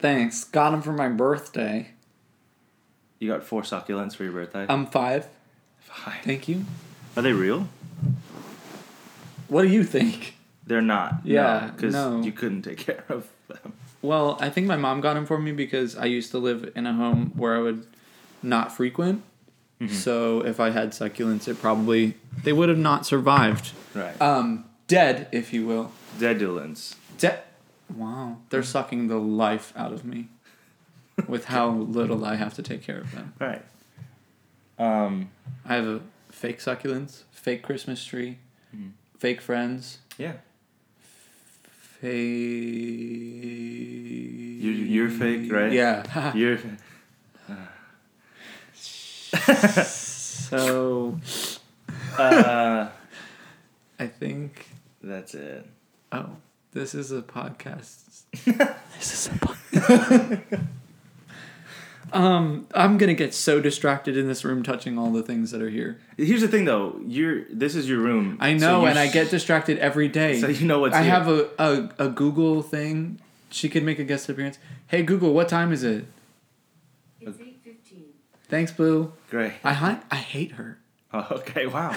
Thanks. Got them for my birthday. You got four succulents for your birthday. I'm five. Fine. Thank you. Are they real? What do you think? They're not. Yeah, because no. you couldn't take care of them. Well, I think my mom got them for me because I used to live in a home where I would not frequent. So if I had succulents, it probably they would have not survived. Right. Um, dead, if you will. Dedulants. De- wow, they're sucking the life out of me with how little I have to take care of them. Right. Um. I have a fake succulents, fake Christmas tree, fake friends, Yeah. fake. You, You you're fake, right? Yeah. You're. so Uh, I think. that's it. Oh, this is a podcast. this is a um, I'm gonna get so distracted in this room touching all the things that are here. Here's the thing, though. You're. This is your room. I so know, you and I sh- get distracted every day. So you know what's I here. have a, a a Google thing. She could make a guest appearance. Hey Google, what time is it? It's eight fifteen. Thanks, Boo. Great. I hi- I hate her. Oh, okay. Wow.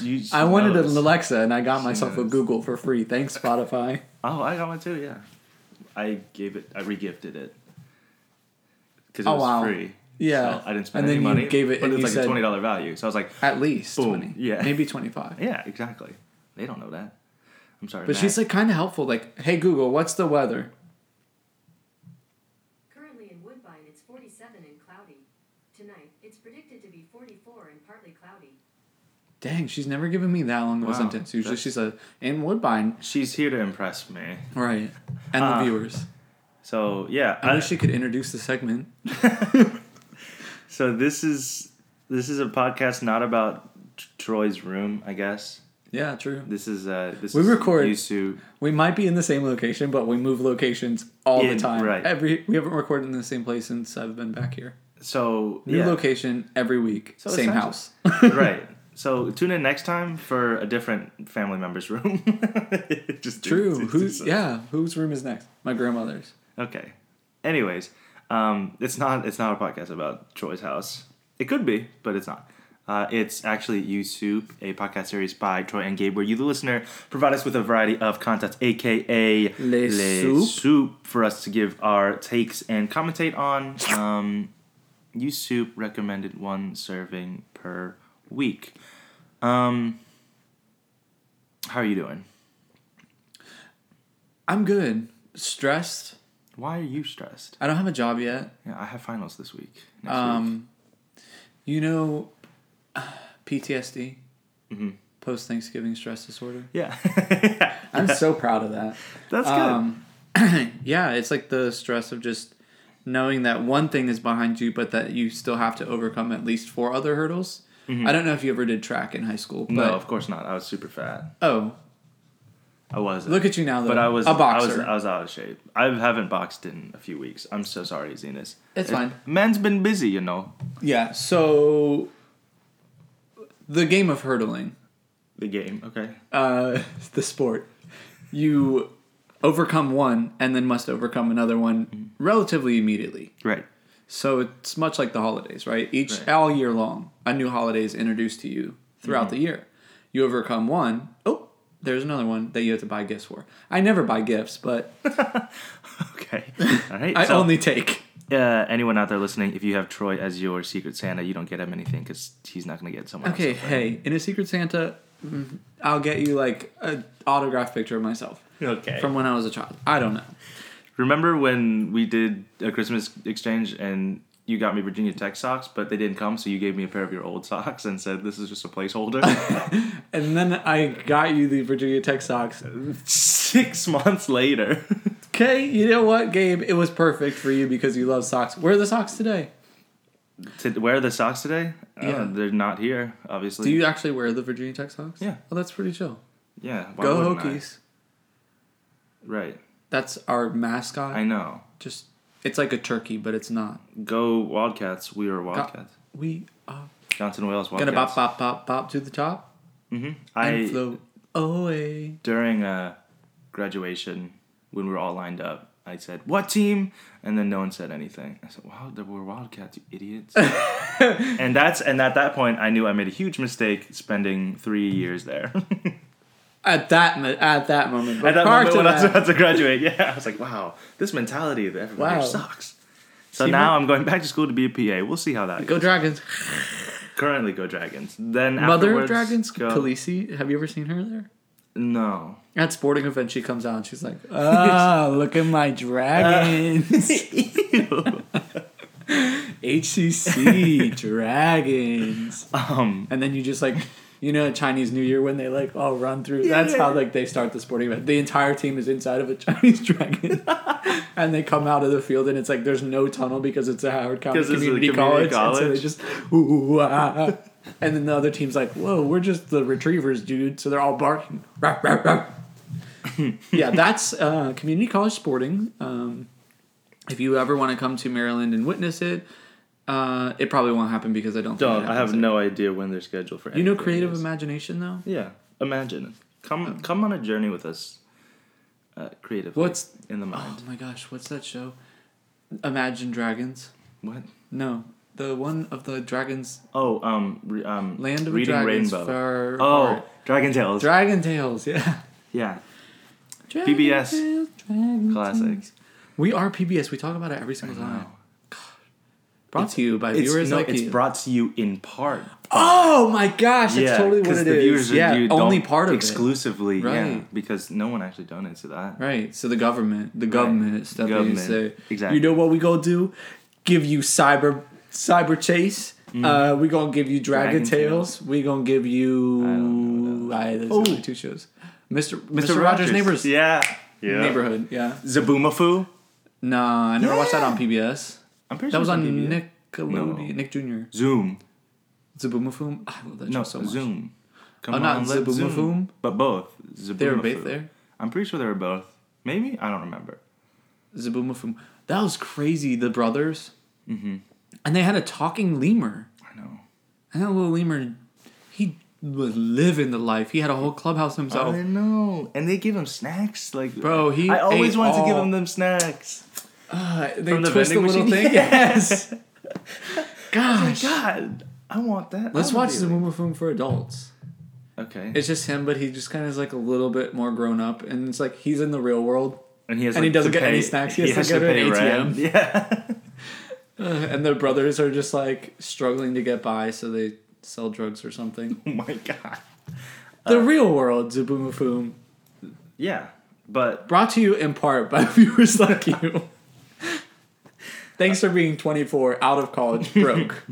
You I wanted knows. an Alexa, and I got She myself a knows. Google for free. Thanks, Spotify. Oh, I got one too. Yeah. I gave it. I regifted it. Because it Oh, was wow. free. Yeah. So I didn't spend And any then you money. gave it- But and it's you like said- a twenty dollar value. So I was like, At least Boom. twenty. Yeah. Maybe twenty five. yeah, exactly. They don't know that. I'm sorry. But she's like kind of helpful. Like, hey Google, what's the weather? Currently in Woodbine, it's forty-seven and cloudy. Tonight, it's predicted to be forty-four and partly cloudy. Dang, she's never given me that long of a Wow, sentence. Usually that's- she's a in Woodbine, she's here to impress me. right? And the Uh, viewers. So yeah. I I- wish she could introduce the segment. so this is this is a podcast not about T- Troy's room, I guess. Yeah, true. This is uh this We is record used to We might be in the same location, but we move locations all Yeah, the time. right. Every we haven't recorded in the same place since I've been back here. so New yeah. location every week, So same essentially- house. right. So tune in next time for a different family member's room. Just True. Who's Who's yeah? Whose room is next? My grandmother's. Okay. Anyways, um, it's not it's not a podcast about Troy's house. It could be, but it's not. Uh, it's actually You Soup, a podcast series by Troy and Gabe, where you, the listener, provide us with a variety of content, aka Les Soup. Soup, for us to give our takes and commentate on. Um, you Soup recommended one serving per week. Um, how are you doing? I'm good. Stressed. Why are you stressed? I don't have a job yet. Yeah, I have finals this week. Next week. Um, you know, PTSD, Mm-hmm. Mhm. post Thanksgiving stress disorder. Yeah. I'm so proud of that. That's good. Um, yeah, it's like the stress of just knowing that one thing is behind you, but that you still have to overcome at least four other hurdles. I don't know if you ever did track in high school, but Mm-hmm. no, of course not. I was super fat. oh, I wasn't. look at you now, though. But I was a boxer. I was, I was out of shape. I haven't boxed in a few weeks. I'm so sorry, Zenas. It's fine. Man's been busy, you know. yeah, so the game of hurdling, The game. Okay. uh, the sport, you overcome one and then must overcome another one Mm-hmm. relatively immediately. Right. So it's much like the holidays, right? Each Right. all year long, a new holiday is introduced to you throughout Mm-hmm. the year. You overcome one, oh, there's another one that you have to buy gifts for. I never buy gifts, but Okay. All right. I so, only take. uh, anyone out there listening, if you have Troy as your secret Santa, you don't get him anything because he's not gonna get someone. Okay, Else. hey, in a Secret Santa, mm, I'll get you like an autographed picture of myself Okay. from when I was a child. I don't know. Remember when we did a Christmas exchange and you got me Virginia Tech socks, but they didn't come, so you gave me a pair of your old socks and said this is just a placeholder. And then I got you the Virginia Tech socks. Six months later. Okay, you know what, Gabe? It was perfect for you because you love socks. Where are the socks today? To, where are the socks today? Uh, Yeah. they're not here, obviously. Do you actually wear the Virginia Tech socks? Yeah. Oh, that's pretty chill. yeah. why Go wouldn't I? Hokies. Right. That's our mascot. I know. Just it's like a turkey, but it's not. Go Wildcats. We are Wildcats. We are Johnson Wales Wildcats. gonna bop bop bop bop to the top hmm and I float away. during uh, graduation when we were all lined up, I said, "What team?" And then no one said anything. I said, "Wow, there were Wildcats, you idiots!" and that's and at that point, I knew I made a huge mistake spending three years there. At that mo- at that moment, but at that prior moment to when I was that, about to graduate, yeah, I was like, "Wow, this mentality of everybody Wow. sucks." So See, now my- I'm going back to school to be a PA. We'll see how that go goes. dragons, Currently, go Dragons. Then mother of afterwards, dragons, go. Khaleesi. Have you ever seen her there? No. At sporting event, she comes out and she's like, "Ah, look at my dragons, HCC dragons." um, And then you just like, you know, Chinese New Year when they like all run through. That's how like they start the sporting event. The entire team is inside of a Chinese dragon, and they come out of the field, and it's like there's no tunnel because it's a Howard County 'Cause it's a community, community college, And so college. they just ooh ah. And then the other team's like, "Whoa, we're just the retrievers, dude." So they're all barking. Rah, rah, rah. yeah, that's uh, community college sporting. Um, if you ever want to come to Maryland and witness it, uh, it probably won't happen because I don't. think don't. it I happens have no idea when they're scheduled for. you know anything creative Oh. is. imagination though? Yeah, imagine. Come come on a journey with us. Uh, creatively. What's- in the Oh mind? my gosh, what's that show? Imagine Dragons? What? No. The one of the dragons Oh, um, re- um, Land of reading Dragons Rainbow. for oh, Dragon Tales. Dragon Tales, yeah. yeah, Dragon PBS. Tales, Dragon classic. Tales. We are PBS. We talk about it every single time. Brought to you by It's, viewers no, like it's you. brought to you in part. oh my gosh, that's totally what 'cause it the is. viewers Yeah, review only don't part of it. exclusively, yeah, Right. because no one actually donates to that. Right. So the government, the government stuff Government. they say. Exactly. You know what we gonna do? Give you cyber cyber chase. Uh, we gonna give you Dragon, Mm. Dragon Tales. We gonna give you. I don't know there's Oh. only two shows. Mr. Mr. Rogers' Neighbors. Yeah, yeah. Neighborhood. Yeah. Zaboomafoo. Nah, I never watched that on PBS. I'm pretty That sure was it's on DVD. Nickelodeon. No. Nick Jr. Zoom. Zaboomafoo. I love that show No, so much. Zoom. Come Oh, not let's Zoom. Zaboomafoo? But both. They were both Zaboomafoo. there. I'm pretty sure they were both. Maybe? I don't remember. Zaboomafoo. That was crazy. The brothers. Mm-hmm. And they had a talking lemur. I know. And that little lemur, he was living the life. He had a whole clubhouse himself. I know. And they give him snacks. Like, Oh. Bro, he I always ate wanted to give all- him them snacks. Uh, they From the twist the vending little machine? thing. Yes. Oh my Gosh. God. I want that. Let's I wanna watch be like- Zaboomer Film for adults. Okay. It's just him, but he just kind of is like a little bit more grown up, and it's like he's in the real world. and he, has, and he like, doesn't to get any snacks. He has to go to an ATM. rent. Yeah. Uh, and the brothers are just like struggling to get by, so they sell drugs or something. oh my God. the real world, Zaboomafoo, Yeah. But brought to you in part by viewers like you. Thanks for being 24, out of college, broke.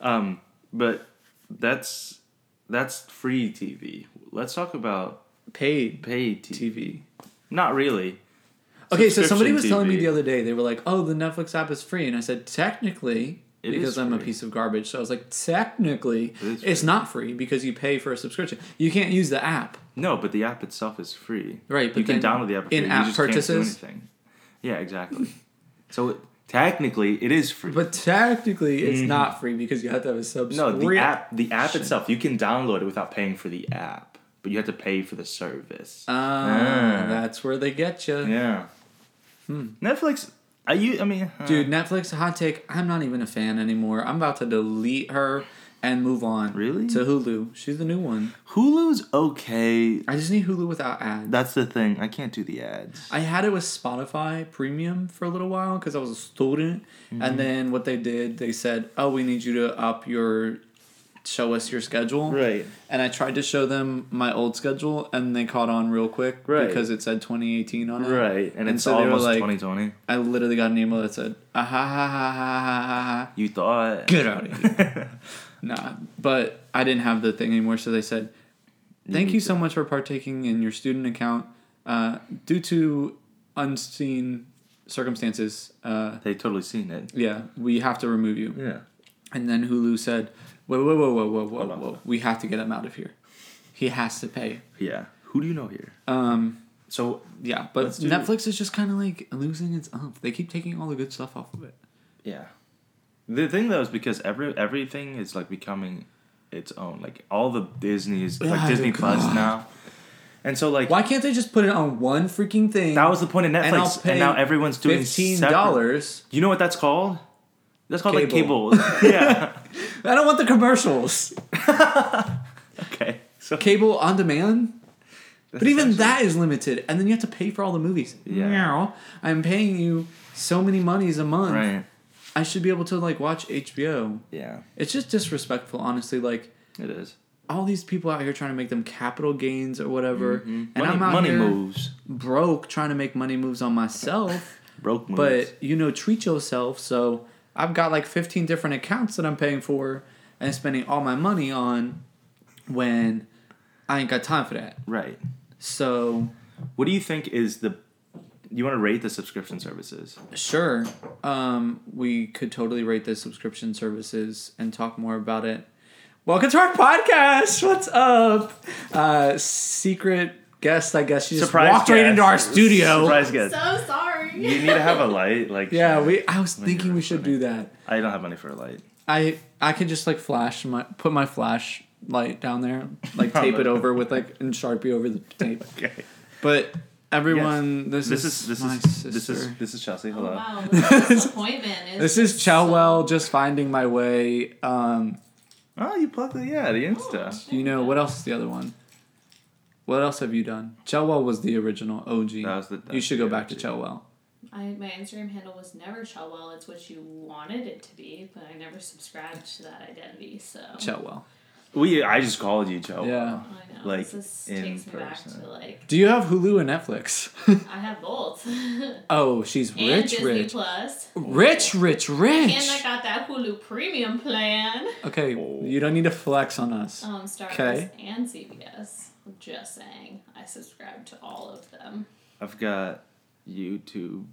um, but that's that's free TV. Let's talk about Paid paid TV. TV. Not really. Okay, so somebody was Subscription telling me TV. the other day, they were like, "Oh, the Netflix app is free," and I said, "Technically, It is because I'm a free. piece of garbage." So I was like, "Technically, is it's not free because you pay for a subscription. You can't use the app, No, but the app itself is free. Right, you but can then download the app. for free, in-app you just can't do purchases? anything. Yeah, exactly. so it, technically, it is free. but technically, it's not free because you have to have a subscription." no, the app, the app itself, you can download it without paying for the app, but you have to pay for the service. Ah, that's where they get you, yeah. Netflix. I you. I mean, uh, hmm. dude. Netflix hot take. I'm not even a fan anymore. I'm about to delete her and move on. Really? To Hulu. She's the new one. Hulu's okay. I just need Hulu without ads. That's the thing. I can't do the ads. I had it with Spotify Premium for a little while because I was a student, and then what they did, they said, "Oh, we need you to up your, show us your schedule." Right. And I tried to show them my old schedule, and they caught on real quick Right. because it said 2018 on it. Right, and, it's so they were almost like- 2020. I literally got an email that said, "Ah ha ha ha ha ha ha." ha. You thought Get out of here. nah, but I didn't have the thing anymore, so they said, Thank you, so much for partaking in your student account. Uh, due to unseen circumstances, uh, they totally seen it. yeah, we have to remove you. Yeah. And then Hulu said, Whoa, whoa, whoa, whoa, whoa, whoa, on. whoa. We have to get him out of here. He has to pay. Yeah. Who do you know here? Um, So yeah, but Let's do- Netflix is just kind of like losing its umph. They keep taking all the good stuff off of it. Yeah. The thing though is because every everything is like becoming its own. Like all the Disney is like Yeah, Disney God. Plus now. And so like Why can't they just put it on one freaking thing? that was the point of and I'll Netflix, and, pay now everyone's doing fifteen separate- dollars. You know what that's called? That's called Cable. like cable. yeah. I don't want the commercials. Okay. So Cable on demand. But even that is limited, and then you have to pay for all the movies. Yeah. Meow. I'm paying you so many monies a month. right. I should be able to like watch HBO. Yeah. It's just disrespectful, honestly. Like It is. all these people out here trying to make them capital gains or whatever, and Mm-hmm. money I'm out money here moves. broke trying to make money moves on myself. Broke moves. but you know, treat yourself. So I've got like 15 different accounts that I'm paying for and spending all my money on when I ain't got time for that. right. So What do you think is the you want to rate the subscription services? Sure. Um, we could totally rate the subscription services and talk more about it. Welcome to our podcast. What's up? Uh, secret guest, I guess. She just walked right guest. into our studio. Surprise guest. So sorry. You need to have a light, like Yeah, we. I was Maybe thinking we that's should funny. do that. I don't have money for a light. I I could just like flash my put my flash light down there, like tape it over with like and sharpie over the tape. Okay. But everyone, this, This is, is this my is sister. this is this is Chelsea. Hello. Oh, Wow, this disappointment is. this is Chowell just finding my way. Um, Oh, you plugged it. Yeah, the Insta. You know what else is the other one? What else have you done? Chelwell was the original OG. That was the- that you should was go the back to OG. Chelwell. I, my Instagram handle was never Chowell. It's what you wanted it to be, but I never subscribed to that identity. So Chelwell. We I just called you, Joe. Yeah. I know Like, this in takes me back person. to like Do you have Hulu and Netflix? I have both and oh, she's rich, Disney rich, Plus, rich, rich, and I rich. got that Hulu Premium plan. Okay, Oh. you don't need to flex on us. Um, Star Okay. Wars and CBS. Just saying, I subscribe to all of them. I've got YouTube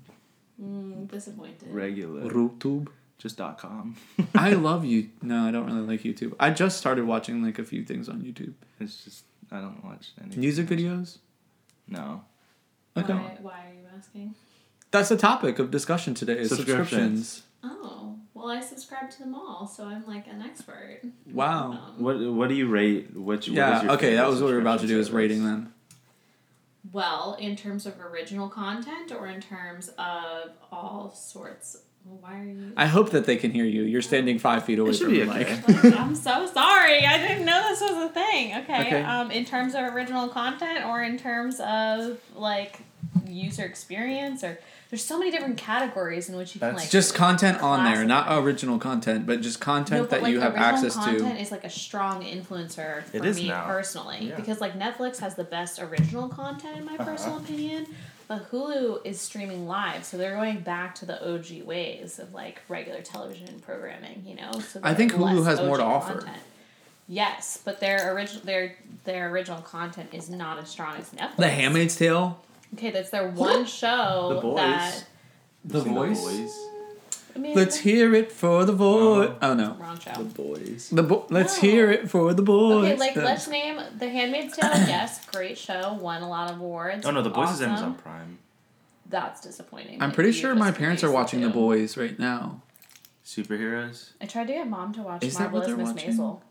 Mm, disappointed. regular RuTube. just dot com. I love you. No, I don't really like YouTube. I just started watching like a few things on YouTube. It's just I don't watch any Music videos. No. Okay, Why, why are you asking? that's the topic of discussion today. Is Subscriptions. subscriptions. Oh, well, I subscribe to them all, so I'm like an expert. Wow. Um, What What do you rate? Which what is yeah. your Okay, favorite that was what we were about to do. Is subscription rating service? them. well, in terms of original content or in terms of all sorts. Why are you? I hope that they can hear you. You're standing five feet away should from be the mic. okay. I'm so sorry. I didn't know this was a thing. Okay. Okay. Um, in terms of original content or in terms of like user experience or there's so many different categories in which you can That's like Just content on there, Classic. not original content, but just content that you have original access content to. is like a strong influencer for It is me now. personally Yeah. because like Netflix has the best original content in my Uh-huh. personal opinion, but Hulu is streaming live, so they're going back to the OG ways of like regular television programming. You know, so I they're think Hulu less has more to OG offer. content. Yes, but their original their their original content is not as strong as Netflix. The Handmaid's Tale, Okay, that's their one show The Boys. that The Seen Voice. I mean, Let's hear it for the voice. Oh no, wrong show. The Boys. the bo- let's No. hear it for the boys. Okay, like The- let's name The Handmaid's Tale. yes, great show, won a lot of awards. Oh no, The Boys is awesome. Amazon Prime. That's disappointing. I'm that pretty you sure just my parents are released watching two. The Boys right now. Superheroes. I tried to get mom to watch Is that what Marvelous Miss they're watching? Maisel.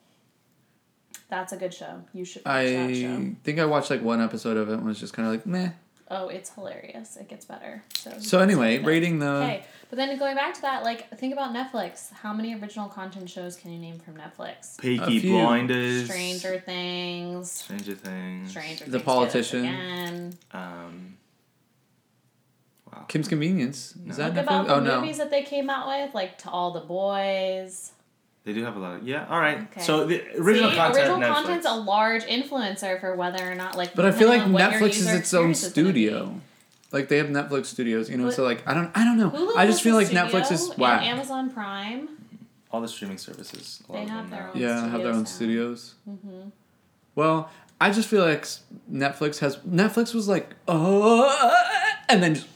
That's a good show. You should watch that show. I think I watched like one episode of it and was just kind of like meh. Oh, it's hilarious. It gets better. So, So anyway, rating. rating uh, the Okay, but then going back to that, like think about Netflix. How many original content shows can you name from Netflix? A Peaky few. Blinders. Stranger Things. Stranger Things. Stranger Things. The did this Politician. again. Um. Wow. Kim's Convenience. Is that Think about Netflix? the Oh no, movies that they came out with, like to all the boys. They do have a lot of yeah. All right. Okay. So the original See, content. original Netflix. content's a large influencer for whether or not like. But I feel like depending on what your Netflix is user its own experience is gonna be. studio. Like they have Netflix studios, you know. But- so like I don't, I don't know. Hulu I has just feel a like Netflix studio is and whack. Amazon Prime. All the streaming services. A lot They of them have their now. own- Yeah, have their own studios Mm-hmm. studios. Well, I just feel like s- Netflix has Netflix was like oh, and then just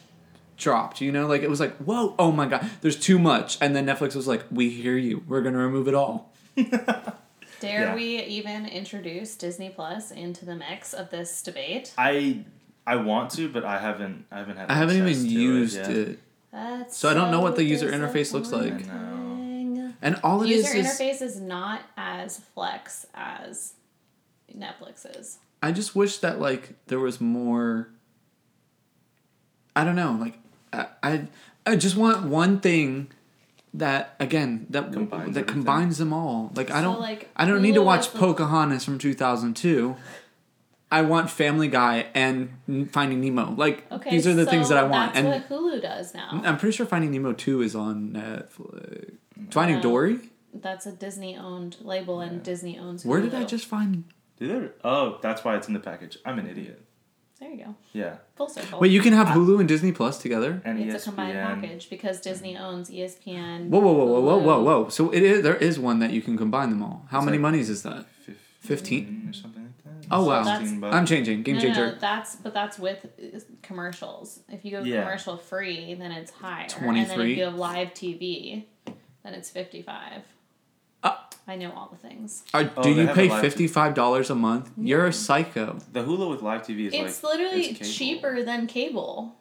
dropped. You know, like it was like whoa, oh my god, there's too much, and then Netflix was like, we hear you, we're gonna remove it all. Dare Yeah. we even introduce Disney Plus into the mix of this debate? I I want to, but I haven't. I haven't had. I haven't access even to used yet. it, That's So I don't know what the user interface looks like. disappointing. and all it is User is interface is not as flex as Netflix is. I just wish that like there was more. I don't know. Like I I, I just want one thing that again that Combines that everything. combines them all. Like I So, don't like, I don't need to Hulu watch was the- Pocahontas from two thousand two. I want Family Guy and Finding Nemo. Like Okay, these are the things so that I want, That's and what Hulu does now. I'm pretty sure Finding Nemo two is on Netflix. Finding No. Dory. That's a Disney-owned label, and Disney owns. Hulu. Where did I just find? Did it? Oh, that's why it's in the package. I'm an idiot. There you go. Yeah. E Full circle. Wait, you E can have Hulu and Disney Plus together. And it's ESPN. a combined package because Disney owns E ESPN. Whoa, whoa, whoa, whoa, whoa, Hulu. whoa, whoa! So it is there is one that you can combine them all. How It's many like- monies is that? 15? or something like that. Oh wow! that's- 16 bucks. I'm changing. Game No, no, changer. no, that's but that's with uh, commercials. If you go Yeah. commercial free, then it's higher. And then 23. if you have live TV, then it's fifty five. Uh. I know all the things. Are- Oh, do they you have pay a live- fifty five dollars a month? Mm. You're a psycho. The Hulu with live TV is like It's literally it's cable. cheaper than cable.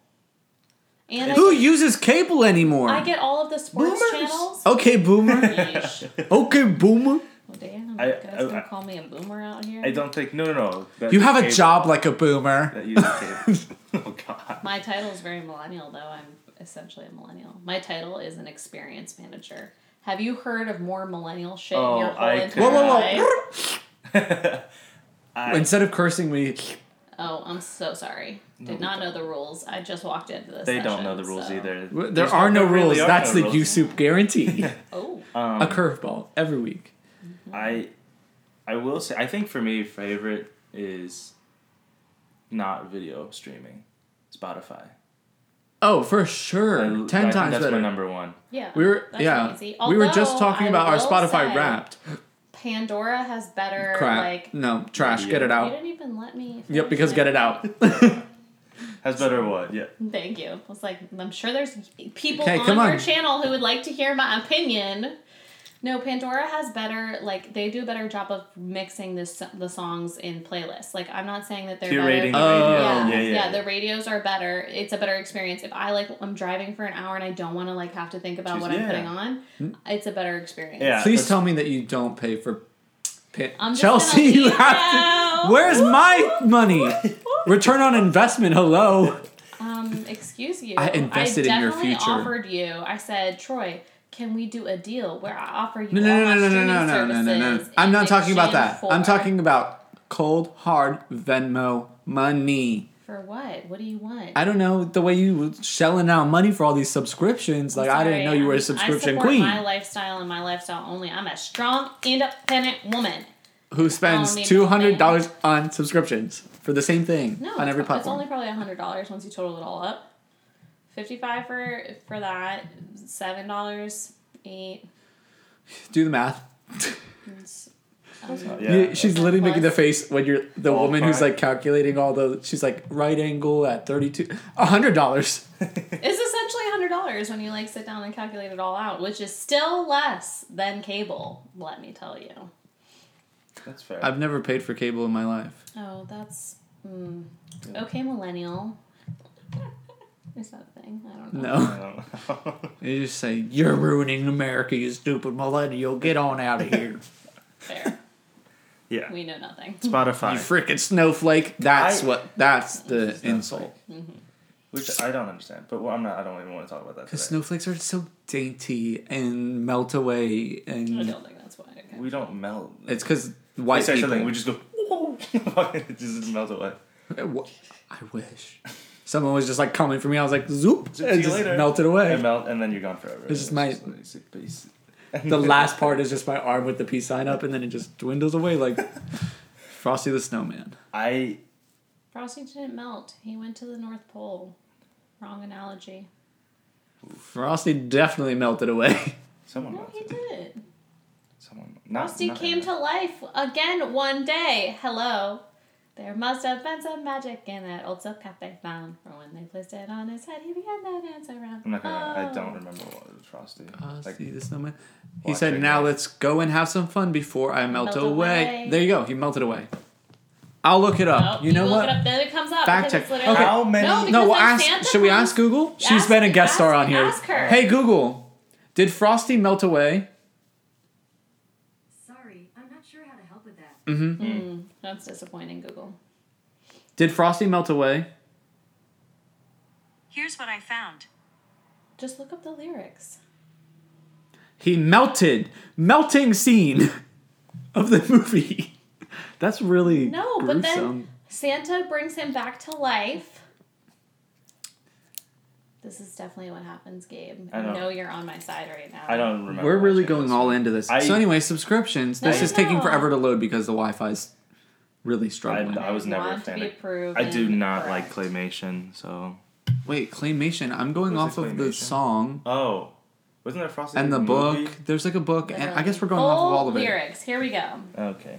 And I Who get, uses cable anymore? I get all of the sports Boomers. channels. okay, boomer. Yeesh. okay, boomer. Well, damn, I- you guys I- gonna I- call me a boomer out here? I don't think. No, no, no. That You have a cable- job like a boomer. That uses cable. oh God. My title is very millennial, though. I'm essentially a millennial. My title is an experience manager. Have you heard of more millennial shit Oh, in your whole I entire could- Whoa, whoa, life? whoa! Instead of cursing, we Oh, I'm so sorry. Did No, not know the rules. I just walked into this. they don't session, know the rules so- either. there There's- are no there really rules. are That's no the rules. USoup guarantee. Oh, Um, a curveball every week. I, I will say. I think for me, favorite is not video streaming, Spotify. Oh, for I- sure, I ten think times that's better. my number one. yeah. We were that's yeah. easy. We were just Although, talking I about our will Spotify say, Wrapped. Pandora has better Crap. like. no, trash. Yeah. Get it You out. didn't even let me. Yep, finish because my- get it out. Has better what? Yeah. Thank you. I was like, I'm sure there's people Okay, on come your on. channel who would like to hear my opinion. No, Pandora has better, like, they do a better job of mixing this, the songs in playlists. Like, I'm not saying that they're Curating. better. Oh. yeah, yeah, yeah, yeah, yeah. The radios are better. It's a better experience. If I like, I'm driving for an hour and I don't want to like have to think about Choose- what yeah. I'm putting Hmm? on. It's a better experience. Yeah. Please that's- tell me that you don't pay for pit. I'm just Chelsea, gonna you leave have now. to. Where's my money? Return on investment. Hello. Um, excuse you. I invested in your definitely future. offered you. I said, Troy, can we do a deal where I offer you No, all no, no, my no, no, streaming no, no, no, no, no. services I'm in not talking about exchange that. I'm for-" talking about cold hard Venmo money. for what? What do you want? I don't know the way you were shelling out money for all these subscriptions. Like I didn't Sorry, know you were I'm- a subscription I support queen My lifestyle and my lifestyle only. I'm a strong, independent woman. who spends need two hundred dollars nothing. on subscriptions for the same thing No, on it's- every It's platform. only probably hundred dollars once you total it all up. Fifty-five for for that. Seven dollars. Eight. Do the math. it's- Yeah. You- she's literally making the Plus. face when you're the All woman who's fine. like calculating all the. She's like right angle at thirty two, a hundred dollars. It's essentially hundred dollars when you like sit down and calculate it all out, which is still less than cable. Let me tell you. That's fair. I've never paid for cable in my life. Oh, that's mm. okay, millennial. Is that a thing? I don't know. I No, don't know. you just say you're ruining America, you stupid millennial. Get on out of here, Fair. yeah. We know nothing. you Spotify, freaking snowflake. That's I- what. That's the insult. which I don't understand, but well, I'm not. I don't even want to talk about that. Because today. snowflakes are so dainty and melt away, I and don't think that's why. Okay. we don't melt. it's because I white say people. something, we just go. it just melts away. Uh, wha- I wish. Someone was just like coming for me. I was like, zoop, See and you just later. melted away. And melt, and then you're gone forever. It's just my- like, it's like base. the last part is just my arm with the peace sign up, and then it just dwindles away like Frosty the Snowman. I Frosty didn't melt. He went to the North Pole. Wrong analogy. Frosty definitely melted away. someone No, he melted. did. Someone not, Frosty not came Emma. to life again one day. Hello. There must have been some magic in that old silk cap they found. For when they placed it on his head, he began to dance around. I'm not gonna. I Oh. don't remember what was Frosty. Like, Frosty the Snowman. He Watch said, it. "Now let's go and have some fun before I melt, Melt away. away. There you go. He melted away. I'll look it Oh, up. you know look what? It up, then it comes up. Fact because check. it's literally- Okay. How many- No, No, because No, we'll when ask. Santa should we comes- ask Google? She's Ask- been a guest star ask- on here. ask her. Hey Google, did Frosty melt away? Sorry, I'm not sure how to help with that. That's disappointing, Google. Did Frosty melt away? Here's what I found. Just look up the lyrics. He melted. Melting scene of the movie. That's really No, but then Santa brings him back to life. This is definitely what happens, Gabe. I I know. know you're on my side right now. I don't remember. We're really watching going this. all into this. I- so anyway, subscriptions. No, This no, is taking no. forever to load because the Wi-Fi's really I, struggling. I was never a Want to fan. be of- proven I do not correct. like claymation. So Wait, claymation. I'm going Was off it of the claymation? song oh, wasn't there Frosty and the the Movie? book. There's like a book, and I guess we're going Full off of all of it. lyrics. Here we go. Okay.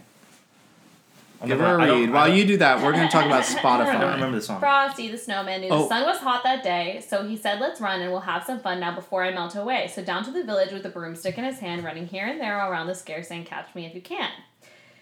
I'm Give not her gonna- I a don't- read. I While don't- you do that, we're going to talk about I don't Spotify. remember the song. Frosty the Snowman knew Oh. the sun was hot that day, so he said, Let's run and we'll have some fun now before I melt away. So down to the village with a broomstick in his hand, running here and there around the square, saying, Catch me if you can.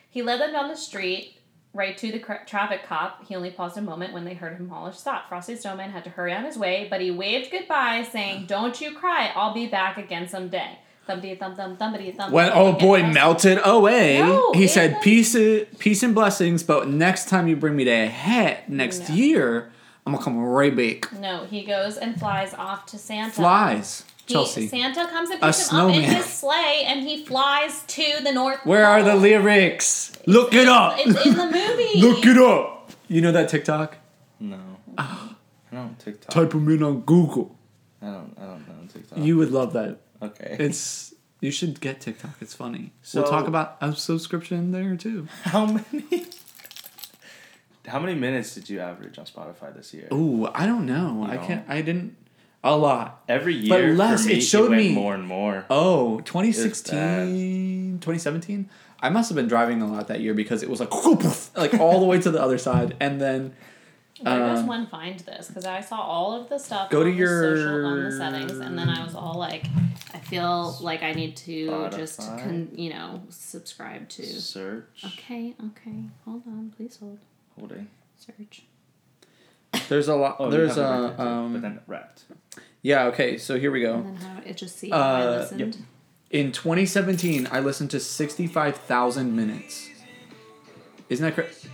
He led them down the street, right to the cr- traffic cop. He only paused a moment when they heard him holler, Stop. Frosty the Snowman had to hurry on his way, but he waved goodbye, saying, Don't you cry, I'll be back again someday. Thumpity thump thump thumpity thump. When thump old again. boy melted away, No, he it said, was- "Peace, peace and blessings." But next time you bring me that hat next No. year, I'm gonna come right back. No, he goes and flies off to Santa. Flies, He- Chelsea. Santa comes and A picks him up in snowman. his sleigh, and he flies to the North. Where are the Pole. lyrics? Look it up. "Oh." It's in the movie. Look it up. You know that TikTok? No. I don't TikTok. Type them in on Google. I don't. I don't know TikTok. You would love that. okay? It's you should get TikTok. It's funny. we'll So- talk about a subscription there too. how many? How many minutes did you average on Spotify this year? Ooh, I don't know. I No. can't. I didn't. A lot. Every But year, less, for it me, showed went me- more and more. Oh, 2016, 2017. I must have been driving a lot that year because it was like like all the way to the other side, and then Where does Um, one find this? Because I saw all of the stuff. Go to on the your- social on the settings, and then I was all like, I feel like I need to just, Spotify. con- you know, subscribe to. Search Okay, okay, hold on, please hold. holding. Search. there's a lot. Oh, you there's have it right there, a too, but um, then wrapped. yeah. Okay, so here we And go. then how it just see how I Uh, listened. yep. In 2017, I listened to 65,000 minutes. Isn't that crazy?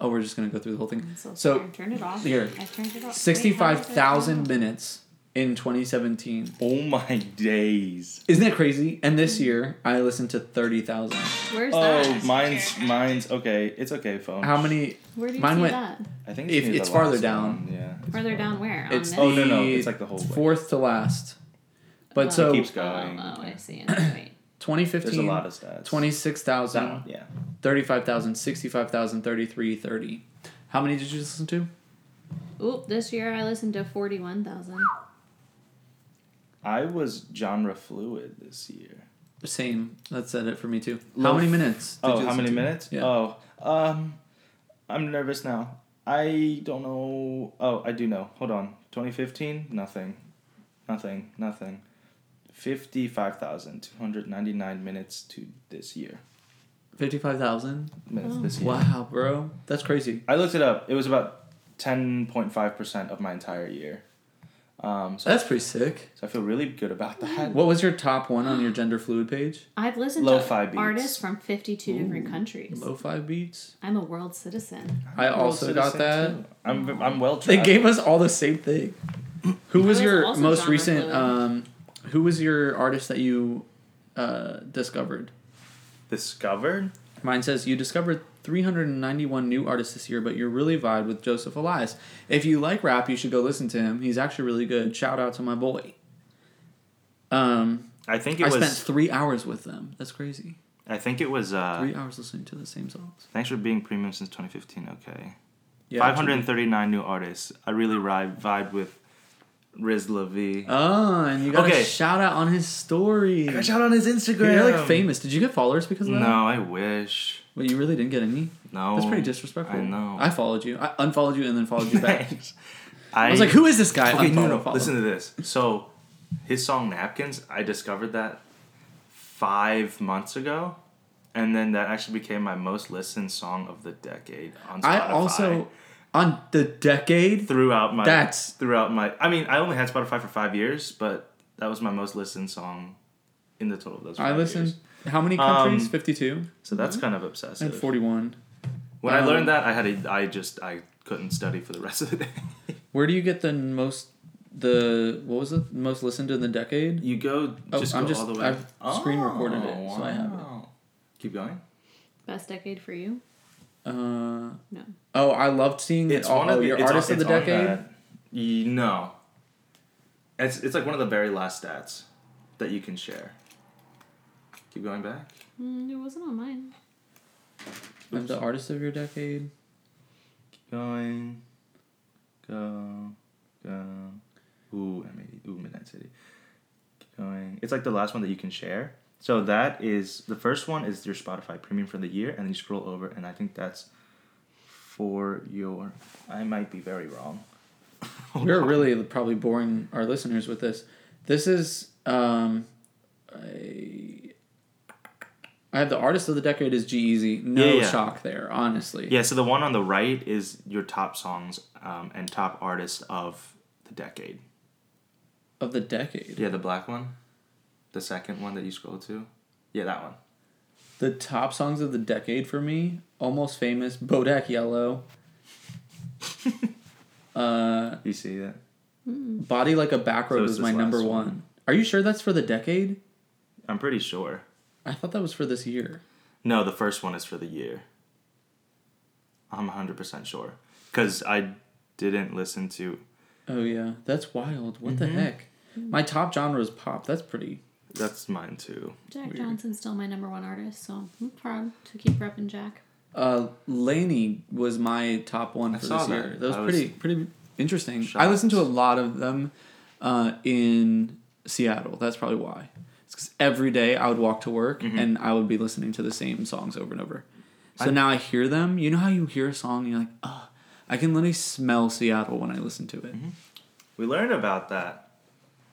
Oh, we're just gonna go through the whole thing. I'm so, So sorry. turn it off. here. I turned it off. Sixty-five thousand minutes. minutes in 2017. Oh my days! Isn't that crazy? And this year, I listened to 30,000. Where's Oh, that? mine's mine's okay. It's okay, phone. How many? Where do you mine see went- that? I think if near the it's farther last down. one, Yeah. it's Further down where? On It's this? the Oh, no, no, it's like the whole way. fourth to last. But Oh. so It keeps going. Oh, oh, I see. Wait. There's a 2015, lot of stats. That 26,000, one, yeah. 35,000, 65,000, 33, 30. How many did you listen to? Oop, this year I listened to 41,000. I was genre fluid this year. Same. That said it for me too. How Low- many minutes? did you oh, how listen many to? minutes? Yeah. Oh, um, I'm nervous now. I don't know. Oh, I do know. Hold on. 2015, nothing, nothing, nothing. Fifty-five thousand two hundred ninety-nine minutes to this year. 55,000? Minutes this year. Wow, bro. That's crazy. I looked it up. It was about ten point five percent of my entire year. Um, so, That's pretty sick. so I feel really good about that. What was your top one on your gender fluid page? I've listened Lo-fi to beats. artists from 52 different countries. Lo-fi beats. I'm a world citizen. I also got that. Too. I'm I'm well. They traveled. gave us all the same thing. Who was was your also most genre recent? fluid. Um, who was your artist that you uh, discovered? discovered. Mine says you discovered 391 new artists this year, but you're really vibe with Joseph Elias. If you like rap, you should go listen to him. He's actually really good. Shout out to my boy. Um, I think it I was. spent three hours with them. That's crazy. I think it was. Uh, Three hours listening to the same songs. Thanks for being premium since 2015. Okay. Yeah, 539 new artists. I really ride, vibe with Riz Lavie. Oh, and you got Okay. a shout out on his story. out on his Instagram. You're like famous. Did you get followers because of that? No, I wish. Well, you really didn't get any. No. That's pretty disrespectful. I know. I followed you. I unfollowed you and then followed you back. Thanks. I was like, who is this guy? Okay, no, Unfollow, no. follow. Listen to this. So, his song Napkins, I discovered that five months ago. And then that actually became my most listened song of the decade on Spotify. I also on the decade. throughout my That's- throughout my I mean I only had Spotify for five years, but that was my most listened song in the total of those I five listened. years. How many countries? Um, Fifty-two So that's kind of and obsessive. forty-one. When I um, learned that I had a I just I couldn't study for the rest of the day. Where do you get the most the what was it most listened in the decade? you go Oh, just I'm go just- all the way. Oh, I've screen recorded it, so I have it. wow. Keep going. Best decade for you? Uh, No. oh, I loved seeing it. all, oh, your it's on- artist of the it's on decade. that- y- No. It's it's like one of the very last stats that you can share. Keep going back. Mm, it wasn't on mine. I'm the artist of your decade. Going. Go. Go. Ooh, I made Ooh, Midnight City. Keep going. It's like the last one that you can share. So that is the first one is your Spotify premium for the year, and then you scroll over, and I think that's for your. I might be very wrong. We're really probably boring our listeners with this. This is um, I, I have the artist of the decade is G Easy. No Yeah, yeah. shock there, honestly. Yeah, so the one on the right is your top songs um, and top artists of the decade. Of the decade, Yeah, the black one, the second one that you scroll to. Yeah, that one. the top songs of the decade for me, almost famous, Bodak Yellow. uh, You see that? Body Like a Back So Road it's was this my last number one. one. Are you sure that's for the decade? I'm pretty sure. I thought that was for this year. No, the first one is for the year. I'm 100% sure. Because I didn't listen to. Oh yeah, that's wild. What the Mm-hmm. heck? My top genre is pop. That's pretty. That's mine too. Jack Johnson's still my number one artist, so I'm proud to keep repping Jack. Uh, Laney was my top one I for saw this that. year. That was I was pretty pretty interesting. I shocked. listened to a lot of them uh, in Seattle. That's probably why. It's 'cause every day I would walk to work Mm-hmm. and I would be listening to the same songs over and over. So now I hear them. You know how you hear a song and you're like, oh, I can literally smell Seattle when I listen to it. Mm-hmm. We learned about that.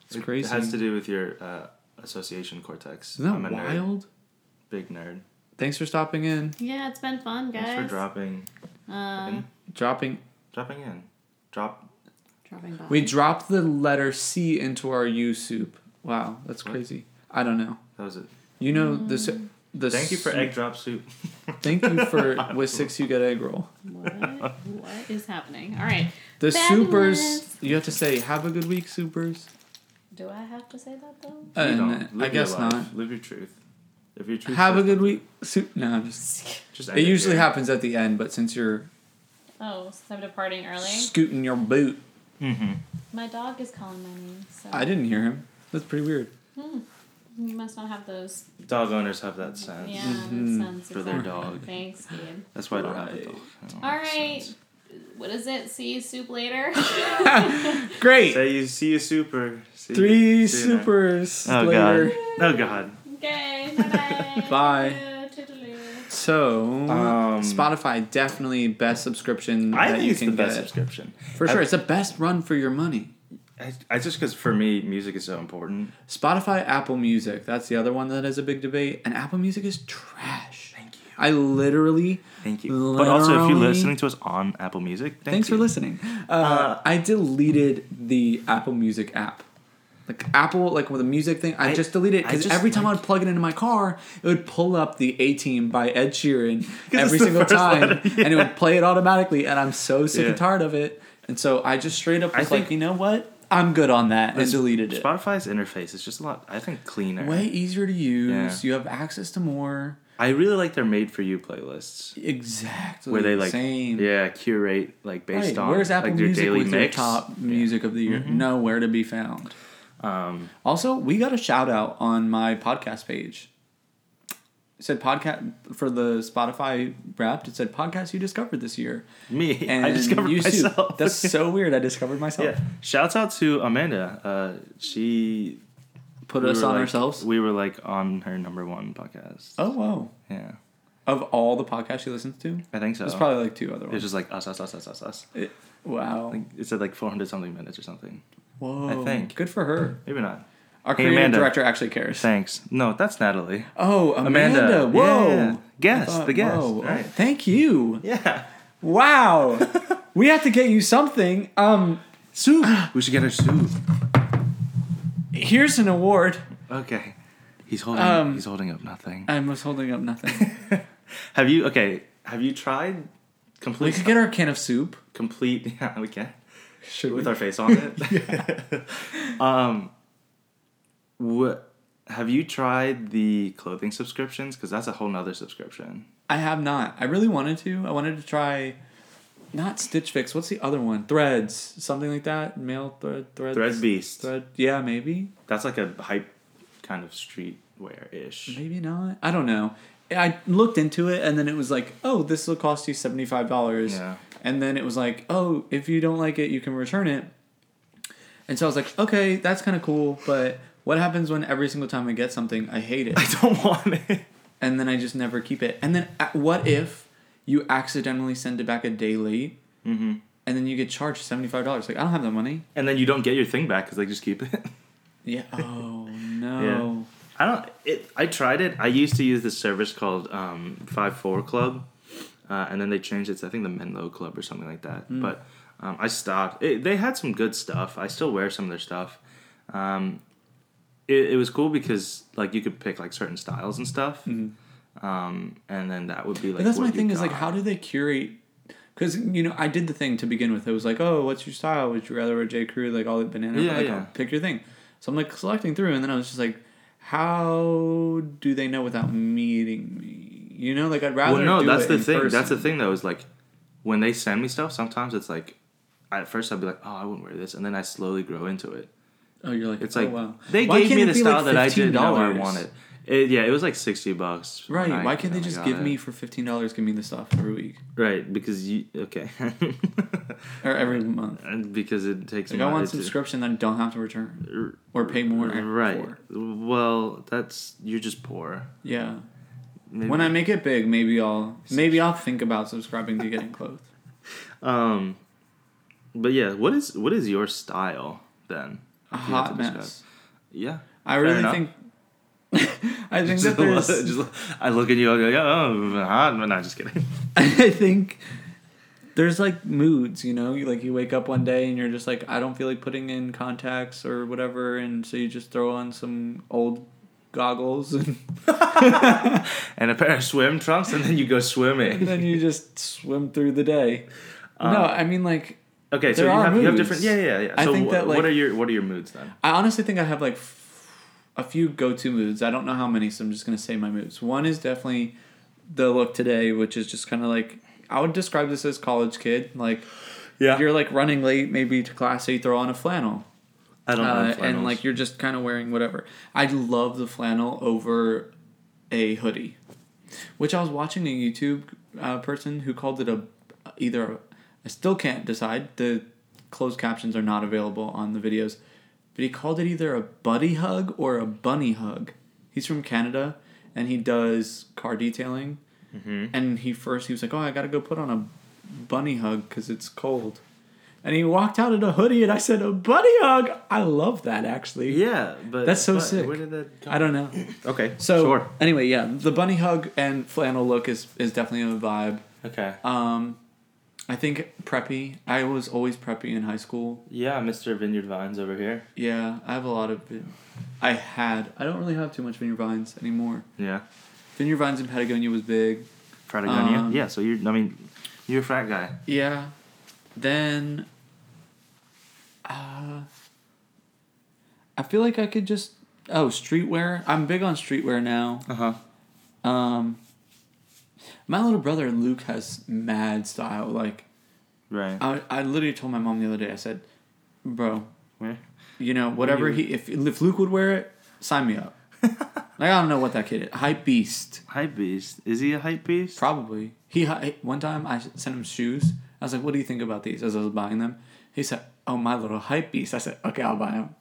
It's crazy. It has to do with your uh, association cortex. Isn't I'm a that nerd. wild? Big nerd. Thanks for stopping in, Yeah, it's been fun, guys. Thanks for dropping. Uh, dropping Dropping in. Drop. dropping by. We dropped the letter C into our U soup. Wow, that's crazy. I don't know. That was it. You know this. The Thank you for soup- egg drop soup. Thank you for with six you get egg roll. what? what is happening? All right. The Fabulous. supers. You have to say have a good week, supers. Do I have to say that though? You And uh, don't. Live I your guess life. not. Live your truth. If your truth. Have a good week. Soup. No, I'm just. Just end It usually here. happens at the end, but since you're Oh, since I'm departing early. scooting your boot, Mm-hmm. My dog is calling my name, so I didn't hear him. That's pretty weird. Hmm. you must not have those. Dog owners have that sense. Yeah, that sounds For their exactly- dog. Oh, Thanks, Gabe. That's why I don't have a dog. I don't All have right. sense. What is it? See you soup later. Great. Say you see you super. See you- Three see you next- supers Oh later. god. Oh god. okay. Bye. Bye. Toodaloo. So Um, Spotify definitely best subscription I that think you it's the can best get. subscription. For sure, I, it's the best run for your money. I, I just because for me, music is so important. Spotify, Apple Music. That's the other one that is a big debate. And Apple Music is trash. Thank you. I literally. Thank you. But also, if literally- you're listening to us on Apple Music, thank Thanks you. for listening. Uh, I deleted the Apple Music app. Like Apple, like with the music thing, I, I- just deleted it I because just every time I like- would plug it into my car, it would pull up the A Team by Ed Sheeran every it's the single first time, letter, and it would play it automatically. And I'm so sick Yeah. and tired of it, and so I just straight up I was think- like, you know what? I'm good on that, and deleted it. Spotify's interface is just a lot. I think cleaner. Way easier to use. Yeah. You have access to more. I really like their made for you playlists. Exactly. where they like same. yeah curate like based Right, on where's Apple like their Music daily with mix. Mm-hmm. your top music of the year? Nowhere to be found. Um, Also, we got a shout out on my podcast page. It said podcast for the Spotify Wrapped. It said podcast you discovered this year. me, And I discovered you too. myself. That's so weird. I discovered myself. yeah. Shouts out to Amanda. Uh, she Put we us were, on like- ourselves. We were like on her number one podcast. oh wow! Yeah, Of all the podcasts you listen to, I think so. there's probably like two other it was ones. just like us, us, us, us, us, us. It- wow. It said like four hundred something minutes or something. Whoa. think. Good for her. Maybe not. Our Hey, creative Amanda. director actually cares. Thanks. No, that's Natalie. Oh, Amanda. Amanda. Whoa. Yeah. Guest, I the guest. Whoa. oh, Right. Thank you. Yeah. Wow. we have to get you something. Um, Soup. we should get her soup. here's an award. Okay. He's holding. Um, he's holding up nothing. I was holding up nothing. Have you okay? Have you tried We complete could get our can of soup. complete yeah we can Should with we? our face on it. um, what have you tried the clothing subscriptions? Because that's a whole nother subscription. I have not. I really wanted to. I wanted to try, not Stitch Fix. What's the other one? Threads, something like that. Mail thread, threads. Thread Beast. Thread. Yeah, maybe. That's like a hype kind of streetwear ish. Maybe not. I don't know. I looked into it and then it was like, oh, this will cost you seventy five dollars. Yeah. And then it was like, oh, if you don't like it, you can return it. And so I was like, okay, that's kind of cool, but what happens when every single time I get something, I hate it, I don't want it. and then I just never keep it? And then uh, what if you accidentally send it back a day late, Mhm. and then you get charged seventy five dollars? Like I don't have that money. And then you don't get your thing back because they just keep it. Yeah. Oh no. I don't. It. I tried it. I used to use this service called um, Five Four Club, uh, and then they changed it. to, I think the Menlo Club or something like that. Mm. But um, I stopped. It, they had some good stuff. I still wear some of their stuff. Um, it, it was cool because like you could pick like certain styles and stuff, um, and then that would be like. Mm-hmm. But that's what my you thing is like, got. how do they curate? Because you know, I did the thing to begin with. It was like, oh, what's your style? Would you rather wear J Crew like all the banana? Yeah, like, yeah. I'll pick your thing. So I'm like selecting through, and then I was just like, how do they know without meeting me? You know, like I'd rather. Well, no, do that's it the in thing. That's the person. thing though is like when they send me stuff. Sometimes it's like at first I'll be like, oh, I wouldn't wear this, and then I slowly grow into it. Oh, you're like, It's oh, like wow. they Why gave can't me it the be, style like, that I didn't know I $15? wanted. oh It, yeah, it was like sixty bucks. when Right? I- Why can't they when I just got give it. me for fifteen dollars? Give me the stuff every week right? Because you okay, or every month. And because it takes. Like I money want to- subscription that I don't have to return or pay more. Right. for. Well, that's you're just poor. Yeah. Maybe. When I make it big, maybe I'll maybe I'll think about subscribing to getting clothes. um, but yeah, what is what is your style then? A If you had hot to describe- mess. Yeah. I Fair really enough. think. I think Just that there's. look- I look at you. I go, yeah, oh, hot. No, just kidding. I think there's like moods, you know. You, like you wake up one day and you're just like, I don't feel like putting in contacts or whatever, and so you just throw on some old goggles and And a pair of swim trunks, and then you go swimming. then you just swim through the day. Um, no, I mean like Okay, so There you are have, you have moods. different. Yeah, yeah, yeah. I So think wh- that, what like- are your what are your moods then? I honestly think I have like f- a few go-to moods. I don't know how many, so I'm just gonna say my moods. One is definitely the look today, which is just kind of like I would describe this as college kid. Like Yeah, you're like running late, maybe to class, so you throw on a flannel, I don't uh, know. and like you're just kind of wearing whatever. I love the flannel over a hoodie, which I was watching a YouTube uh, person who called it a either. A, I still can't decide. The closed captions are not available on the videos, but he called it either a buddy hug or a bunny hug. He's from Canada, and he does car detailing. Mm-hmm. And he first he was like, "Oh, I gotta go put on a bunny hug because it's cold." And he walked out in a hoodie, and I said, "A bunny hug." I love that actually. yeah, but That's so but sick. Where did that? Come? I don't know. Okay, So sure. anyway, yeah, the bunny hug and flannel look is is definitely a vibe. Okay. Um, I think preppy. I was always preppy in high school. yeah, Mr. Vineyard Vines over here. Yeah, I have a lot of. I had. I don't really have too much vineyard vines anymore. Yeah, Vineyard vines in Patagonia was big. Fratagonia. Um, yeah, so you're. I mean, you're a frat guy. Yeah. Then. Uh, I feel like I could just. Oh, streetwear. I'm big on streetwear now. Uh huh. Um, my little brother Luke has mad style. Like Right. I, I literally told my mom the other day. I said, "Bro, Yeah. you know whatever he if if Luke would wear it, sign me up." like I don't know what that kid is. Hype beast, Hype beast. Is he a hype beast? probably. He hi- one time I sent him shoes. I was like, "What do you think about these?" As I was buying them, he said, "Oh, my little hype beast." I said, "Okay, I'll buy them."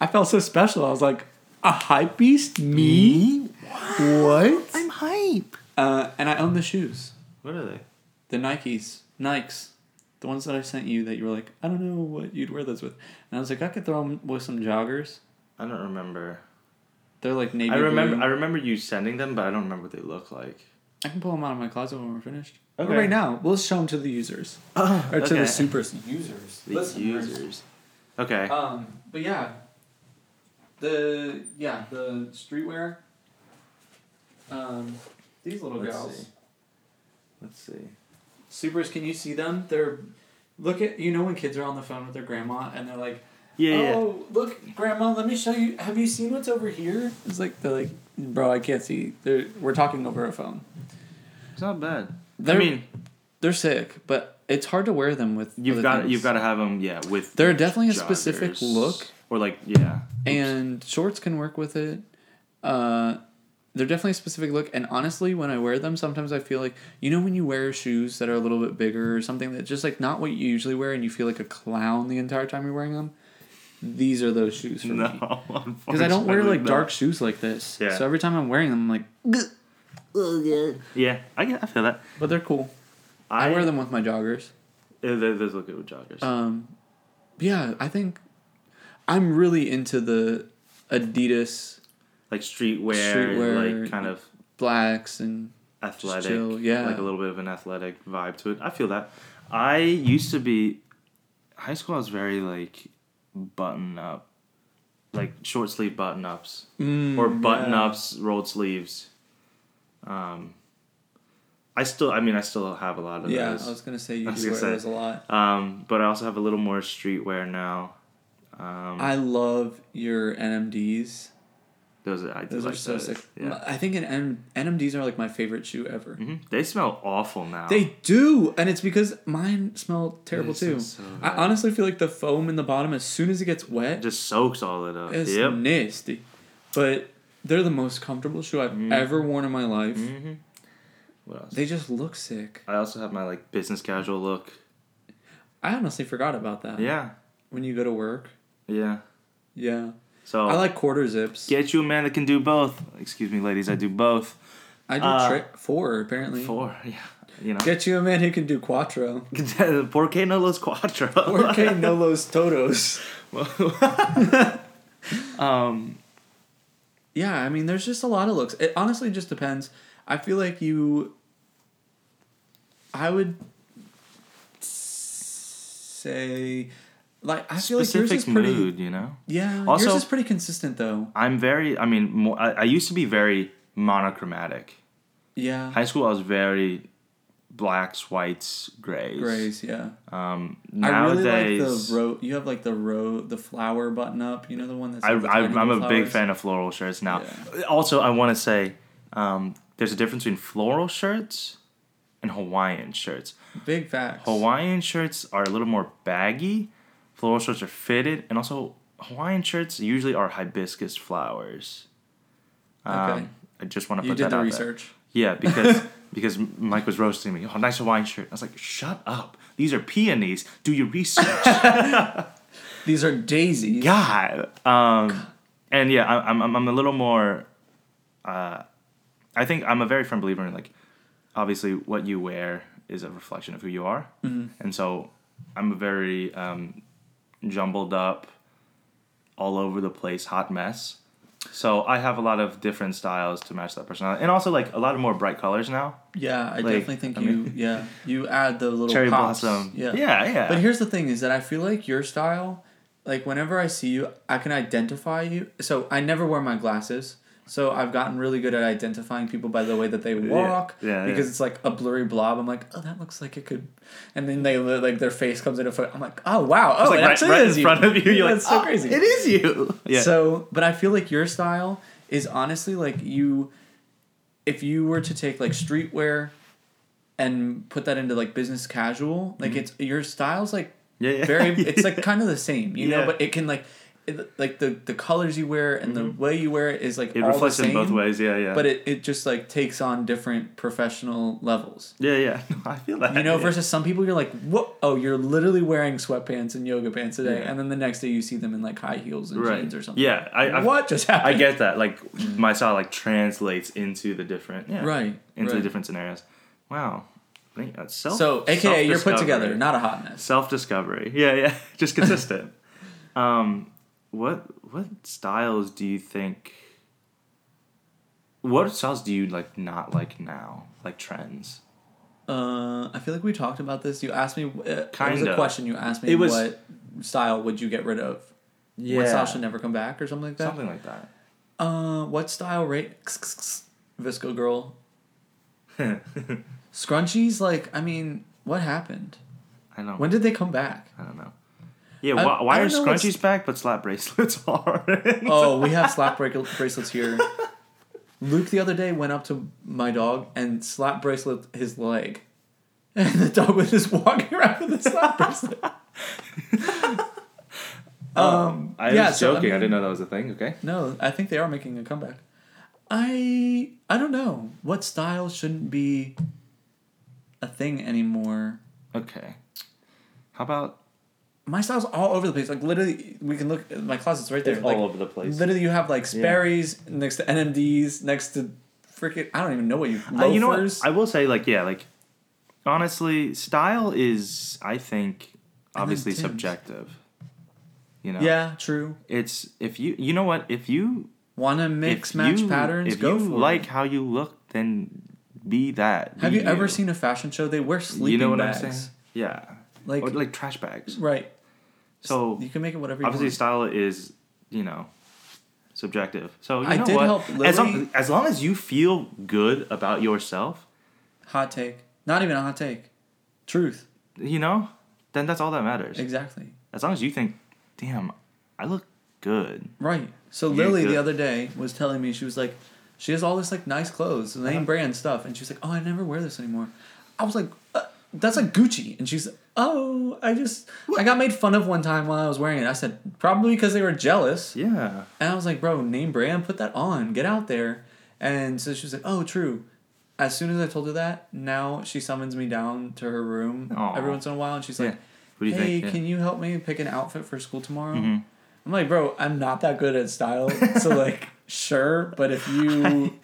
I felt so special. I was like, "A hype beast? Me? What?" I'm hype. Uh, and I own the shoes. What are they? the Nikes, Nikes, the ones that I sent you that you were like, I don't know what you'd wear those with, and I was like, I could throw them with some joggers. I don't remember. They're like navy. I remember. blue. I remember you sending them, but I don't remember what they look like. I can pull them out of my closet when we're finished. Okay. Or right now, we'll show them to the users or to okay. the super Oh, users. The users. Okay. Um, but yeah, the yeah the streetwear. Um, these little Let's gals. see. Let's see. Supers, can you see them? They're look at you know when kids are on the phone with their grandma and they're like, Yeah, yeah, yeah. "Oh, look, grandma, let me show you. Have you seen what's over here?" It's like they're like, "Bro, I can't see. They're, we're talking over a phone." It's not bad. I They're- mean, They're sick, but it's hard to wear them with. you've other got things. you've got to have them. Yeah, with There are definitely a specific look. or like yeah. and shorts can work with it. Uh, they're definitely a specific look, and honestly, when I wear them, sometimes I feel like you know when you wear shoes that are a little bit bigger or something that's just like not what you usually wear, and you feel like a clown the entire time you're wearing them. These are those shoes for me No, because I don't wear unfortunately, like no. dark shoes like this. Yeah. So every time I'm wearing them, I'm like, Yeah, I get. I feel that. but they're cool. I, wear them with my joggers. Yeah, they- Those look good with joggers. Um, yeah, I think I'm really into the Adidas like streetwear, streetwear, like kind of blacks and athletic, chill, yeah. like a little bit of an athletic vibe to it. I feel that. I used to be high school. I was very like button up, like short sleeve button ups or Mm, button ups, rolled sleeves. Um, I still, I mean, I still have a lot of Yeah, those. I was gonna say you I was do wear gonna say. those a lot. um, but I also have a little more streetwear now. Um, I love your NMDs. those are, I do Those like are so those. sick. Yeah. I think an N- NMDs are like my favorite shoe ever. Mhm. They smell awful now. They do, and it's because mine smell terrible They smell too. so I bad. honestly feel like the foam in the bottom, as soon as it gets wet, just soaks all it up. is yep. nasty. But they're the most comfortable shoe I've Mm. ever worn in my life. Mm-hmm. What else? They just look sick. I also have my like business casual look. I honestly forgot about that. Yeah, When you go to work. yeah. Yeah. So I like quarter zips. get you a man that can do both. Excuse me, ladies, I do both. I do uh, tri- four apparently. Four, yeah. You know, Get you a man who can do quattro. por qué no los cuatro? Porque no los todos. um, Yeah, I mean, there's just a lot of looks. It honestly just depends. I feel like you. I would say, like, I feel like yours is specific pretty. mood, you know. Yeah, Also- yours is pretty consistent though. I'm very. I mean, more, I, I used to be very monochromatic. Yeah, High school, I was very blacks, whites, grays. grays. Yeah, Um, nowadays, I really like the row. You have like the row, the flower button up. You know the one that's. I, like, the I, tiny I'm little a big flowers? fan of floral shirts now. Also, I want to say um, there's a difference between floral shirts and Hawaiian shirts. Big facts. Hawaiian shirts are a little more baggy, floral shirts are fitted, and also Hawaiian shirts usually are hibiscus flowers. Um, Okay. I just want to You put did that the out research. there. Yeah, because because Mike was roasting me. Oh, nice Hawaiian shirt. I was like, shut up. These are peonies. Do your research. These are daisies. God. Um, and yeah, I- I'm, I'm, I'm a little more. Uh, I think I'm a very firm believer in like, obviously, what you wear is a reflection of who you are. Mm-hmm. And so I'm a very um, jumbled up, all over the place, hot mess. So I have a lot of different styles to match that personality, and also like a lot of more bright colors now. Yeah, I Like, definitely think I you. mean- yeah, you add the little Cherry pops. blossom. Yeah, yeah, yeah. But here's the thing: is that I feel like your style, like whenever I see you, I can identify you. So I never wear my glasses. So I've gotten really good at identifying people by the way that they walk, yeah, because yeah. it's like a blurry blob. I'm like, oh, that looks like it could, and then they li- like their face comes into fo- I'm like, oh wow, oh, like it right- actually right in is front of you, you're like, That's so "Oh, crazy. it is you. Yeah. So, but I feel like your style is honestly like you, if you were to take like streetwear and put that into like business casual, like it's your style's like Yeah, Mm-hmm. yeah. very, it's like kind of the same, you Yeah. know, but it can like, it, like the, the colors you wear and the way you wear it is like Mm-hmm. it all reflects the same, in both ways. Yeah, yeah. But it, it just like takes on different professional levels. yeah, yeah. I feel that. You know, yeah. versus some people, you're like, "What? Oh, you're literally wearing sweatpants and yoga pants today," Yeah. and then the next day you see them in like high heels and jeans or something. Yeah, I, I what just I happened? get that. Like my style like translates into the different yeah, Right, into the right. different scenarios. Wow, I think that's self. So, AKA, you're put together, self-discovery. not a hot mess. self discovery. Yeah, yeah, just consistent. um, what what styles do you think? What styles do you like not like now? Like trends? Uh, I feel like we talked about this. You asked me. Uh, it was Kinda. a question you asked me. It was- what style would you get rid of? What style should never come back, or something like that. something like that. Uh, what style rate? Visco girl. Scrunchies, like I mean, What happened? I know. When did they come back? I don't know. Yeah, I- why, why I are don't know what's- scrunchies back but slap bracelets aren't? Oh, we have slap bra- bracelets here. Luke the other day went up to my dog and slap bracelet his leg. And the dog was just walking around with a slap bracelet. I oh. Yeah, was so, I joking. I, mean- didn't know that was a thing. Okay. No, I think they are making a comeback. I I don't know. What style shouldn't be a thing anymore? Okay. How about My style's all over the place. Like literally we can look my closet's right there. It's all like, over the place. Literally you have like Sperry's next to NMD's next to freaking I don't even know what you loafers. Uh, you know what? I will say like yeah, like honestly, style is I think obviously Tim's. subjective. You know. yeah, true. It's if you you know what if you Wanna mix if match you, patterns? if go you for like it. how you look then be that. Be Have you, ever seen a fashion show? They wear sleeping You know what bags. I'm saying? Yeah. Like- Like or like trash bags. Right. So You can make it whatever you obviously want. style is you know subjective so you I know did what? help as, Lily- long, as long as you feel good about yourself Hot take. Not even a hot take. Truth. you know then that's all that matters Exactly. as long as you think damn i look good Right. So You Lily the could- other day was telling me she was like, she has all this like nice clothes, name Uh-huh. brand stuff, and she's like, oh, I never wear this anymore. I was like, uh, that's like Gucci, and she's, oh, I just, I got made fun of one time while I was wearing it. I said probably because they were jealous, yeah and I was like, bro, name brand, put that on, get out there. And so she was like, oh, true. As soon as I told her that, now she summons me down to her room Aw. every once in a while, and she's Yeah. like, What do you hey, think? Yeah. Mm-hmm. can you help me pick an outfit for school tomorrow? I'm like, bro, I'm not that good at style. So, like, sure, but if you.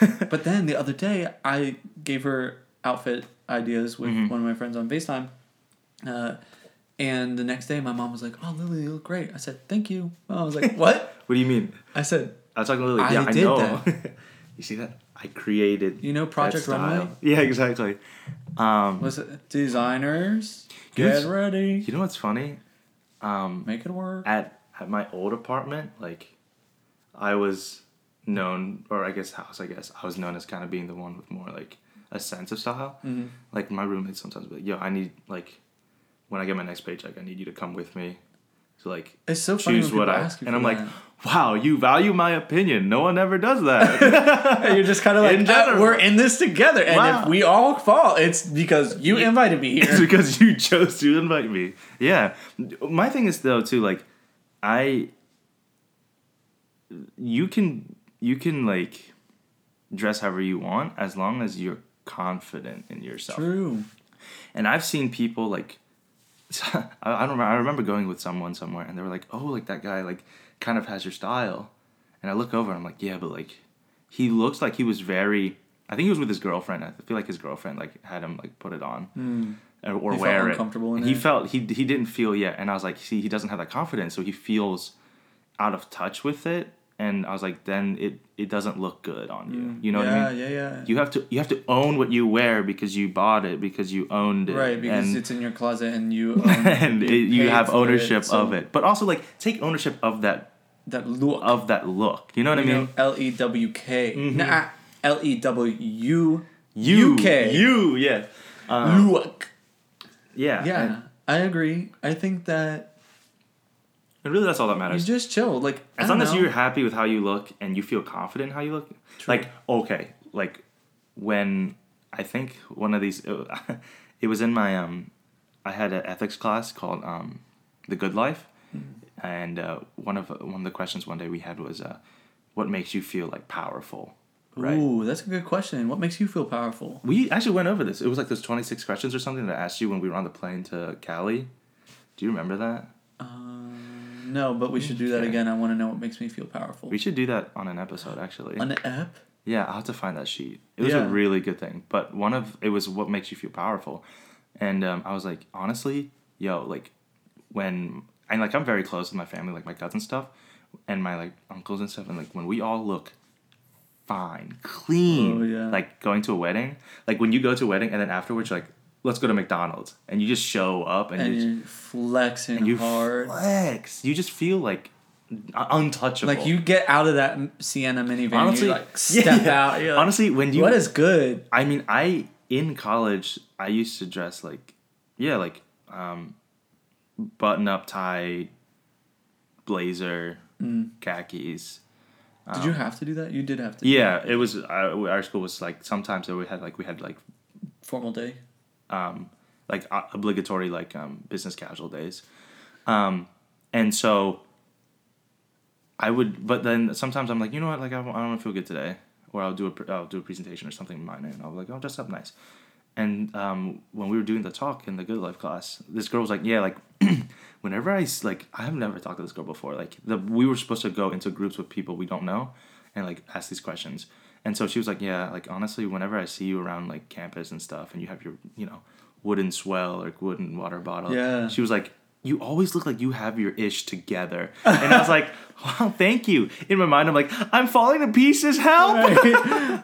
but then the other day, I gave her outfit ideas with Mm-hmm. one of my friends on FaceTime. Uh, and the next day, my mom was like, oh, Lily, you look great. I said, thank you. I was like, what? what do you mean I said, i was talking to Lily, I yeah i did know you see that i created You know that Project style. Runway? yeah exactly um was it designers? Yes. Get ready. you know what's funny um Make it work. at at my old apartment, like I was known, or I guess house, I guess I was known as kind of being the one with more like a sense of style. Mm-hmm. Like my roommates sometimes be like, "Yo, I need like when I get my next paycheck, I need you to come with me to like It's so funny choose when what people I." ask you and for I'm like, that. "Wow, you value my opinion. No one ever does that." And you're just kind of like, In "Uh, general. we're in this together. And Wow. if we all fall, it's because you invited me here. it's because you chose to invite me. Yeah, my thing is though too like I you can you can like dress however you want as long as you're confident in yourself. True. And I've seen people like I, I don't remember, I remember going with someone somewhere and they were like, "Oh, like that guy like kind of has your style." And I look over and I'm like, "Yeah, but like he looks like he was very I think he was with his girlfriend. I feel like his girlfriend like had him like put it on or, or Hmm. He felt wear it. uncomfortable in And he it. felt he he didn't feel yet. And I was like, "See, he doesn't have that confidence, so he feels out of touch with it." And I was like, "Then it it doesn't look good on you." You know Hmm. yeah, what I mean? yeah, yeah, You have to you have to own what you wear because you bought it because you owned it. Right, because and, it's in your closet and you own, and it, you paid have for it, ownership so of it. But also like take ownership of that That look. of that look. You know what you I know, mean? Mm-hmm. L-E-W-K. Nah, E L-E-W-U. You UK. You Uh, yeah. Look. Yeah. Yeah, And, I agree. I think that and really that's all that you matters. just chill. Like, I as don't long as know. you're happy with how you look and you feel confident in how you look like okay like when i think one of these it was in my um i had an ethics class called um the good life Hmm. and uh, one of one of the questions one day we had was uh, what makes you feel like powerful right Ooh, that's a good question. What makes you feel powerful? we actually went over this it was like those 26 questions or something that i asked you when we were on the plane to cali do you remember that Uh, No, but we should do that again. I want to know what makes me feel powerful. we should do that on an episode actually An app? Yeah, I'll have to find that sheet. It was Yeah. a really good thing. But one of it was what makes you feel powerful. And um, I was like, honestly, yo, like when and like I'm very close with my family, like my cousins and stuff, and my like uncles and stuff, and like when we all look fine, clean, Oh, yeah. like going to a wedding, like when you go to a wedding and then afterwards you're like, let's go to McDonald's, and you just show up and, And you, you're flexing you hard. flex, you just feel like uh, untouchable. Like, you get out of that m- Sienna minivan. honestly you like, step yeah. uh, out. You're like, honestly when you what is good? I mean, I in college, I used to dress like, yeah, like um, button up tie, blazer, khakis. Did you have to do that? You did have to. do Oh. Yeah, it was I, our school was like sometimes we had like we had like that. Formal day. um, like o- obligatory like um, business casual days, um, and so I would. But then sometimes I'm like, you know what? Like I, don't- I don't feel good today, or I'll do a pr- I'll do a presentation or something minor, and I'll be like, I'll dress up nice. And um, when we were doing the talk in the Good Life class, this girl was like, yeah, like whenever I s- like I have never talked to this girl before. Like the we were supposed to go into groups with people we don't know, and like ask these questions. And so she was like, yeah, like honestly, whenever I see you around like campus and stuff, and you have your you know wooden swell or wooden water bottle, Yeah. She was like, you always look like you have your ish together, and I was like, wow, thank you. In my mind, I'm like, I'm falling to pieces. Help!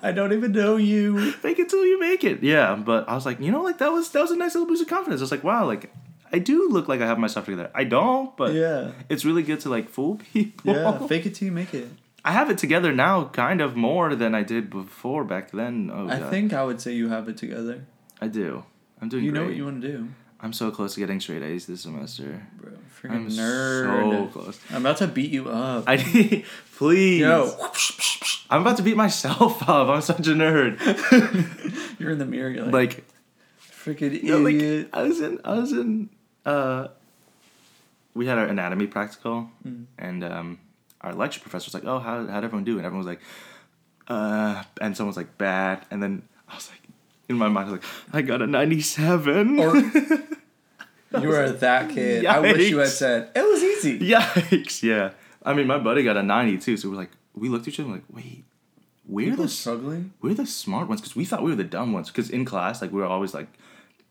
I don't even know you. fake it till you make it. Yeah, but I was like, you know, like that was that was a nice little boost of confidence. I was like, wow, like I do look like I have my stuff together. I don't, but Oh. Yeah. it's really good to like fool people. Yeah. Fake it till you make it. I have it together now, kind of more than I did before back then. Oh, I God. think I would say you have it together. I do. I'm doing. You know great. what you want to do, I'm so close to getting straight A's this semester. bro. Freaking I'm so nerd. close. I'm about to beat you up. I please. Yo. I'm about to beat myself up. I'm such a nerd. You're in the mirror. You're like, Like freaking Yeah, like, idiot. I was in. I was in. Uh, we had our anatomy practical, and um, our lecture professor was like, "Oh, how how'd everyone do?" And everyone was like, "Uh," and someone was like, "Bad," and then I was like, in my mind, I was like, "I got a ninety-seven. Or- Oh. you are that kid. I wish you had said it was easy. Yikes! Yeah. I mean, my buddy got a ninety-two, so we're like, we looked at each other and we're like, wait, we're People the struggling. we're the smart ones because we thought we were the dumb ones because in class like we were always like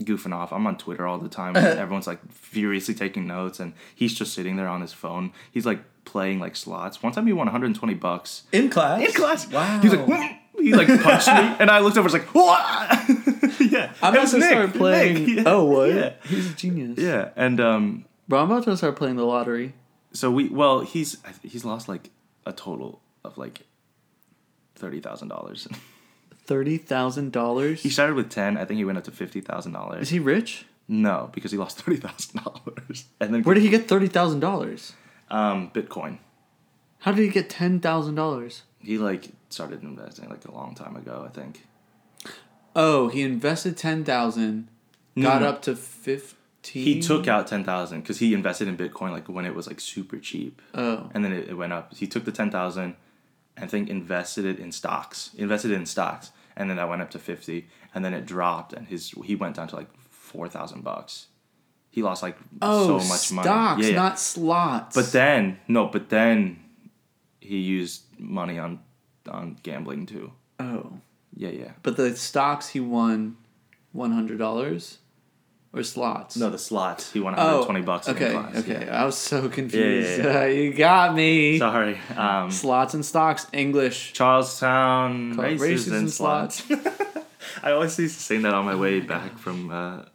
goofing off i'm on twitter all the time and everyone's like furiously taking notes and he's just sitting there on his phone he's like playing like slots one time he won 120 bucks In class. in class Wow. he's like "Whoop." he like punched me and i looked over it's like "Whoa!" yeah I'm It about was to Nick. start Nick, playing. yeah. Oh what? yeah He's a genius. yeah and um Bro, I'm about to start playing the lottery. so we well he's I th- he's lost like a total of like thirty thousand dollars Thirty thousand he dollars. started with 10 i think he went up to fifty thousand dollars Is he rich? No, because he lost thirty thousand dollars, and then Where did he get thirty thousand dollars? um Bitcoin. How did he get ten thousand dollars? He like started investing like a long time ago, I think. Oh, he invested ten thousand, got no. up to fifteen. Mm. He took out ten thousand because he invested in Bitcoin like when it was like super cheap, Oh, and then it, it went up. He took the ten thousand, and I think invested it in stocks. Invested it in stocks, and then that went up to fifty, and then it dropped, and his he went down to like four thousand bucks. He lost like oh, so much stocks, money. Yeah, yeah. not slots. But then no, but then he used money on on gambling too. oh, Yeah, yeah. but the stocks he won one hundred dollars, or slots. No, the slots. He won oh, 120 bucks Okay, in class. okay. Yeah. I was so confused. yeah, yeah. Uh, you got me. Sorry. Um, Slots and stocks, English. Charlestown Call it races, races and and slots. I always used to sing that on my way back from, uh,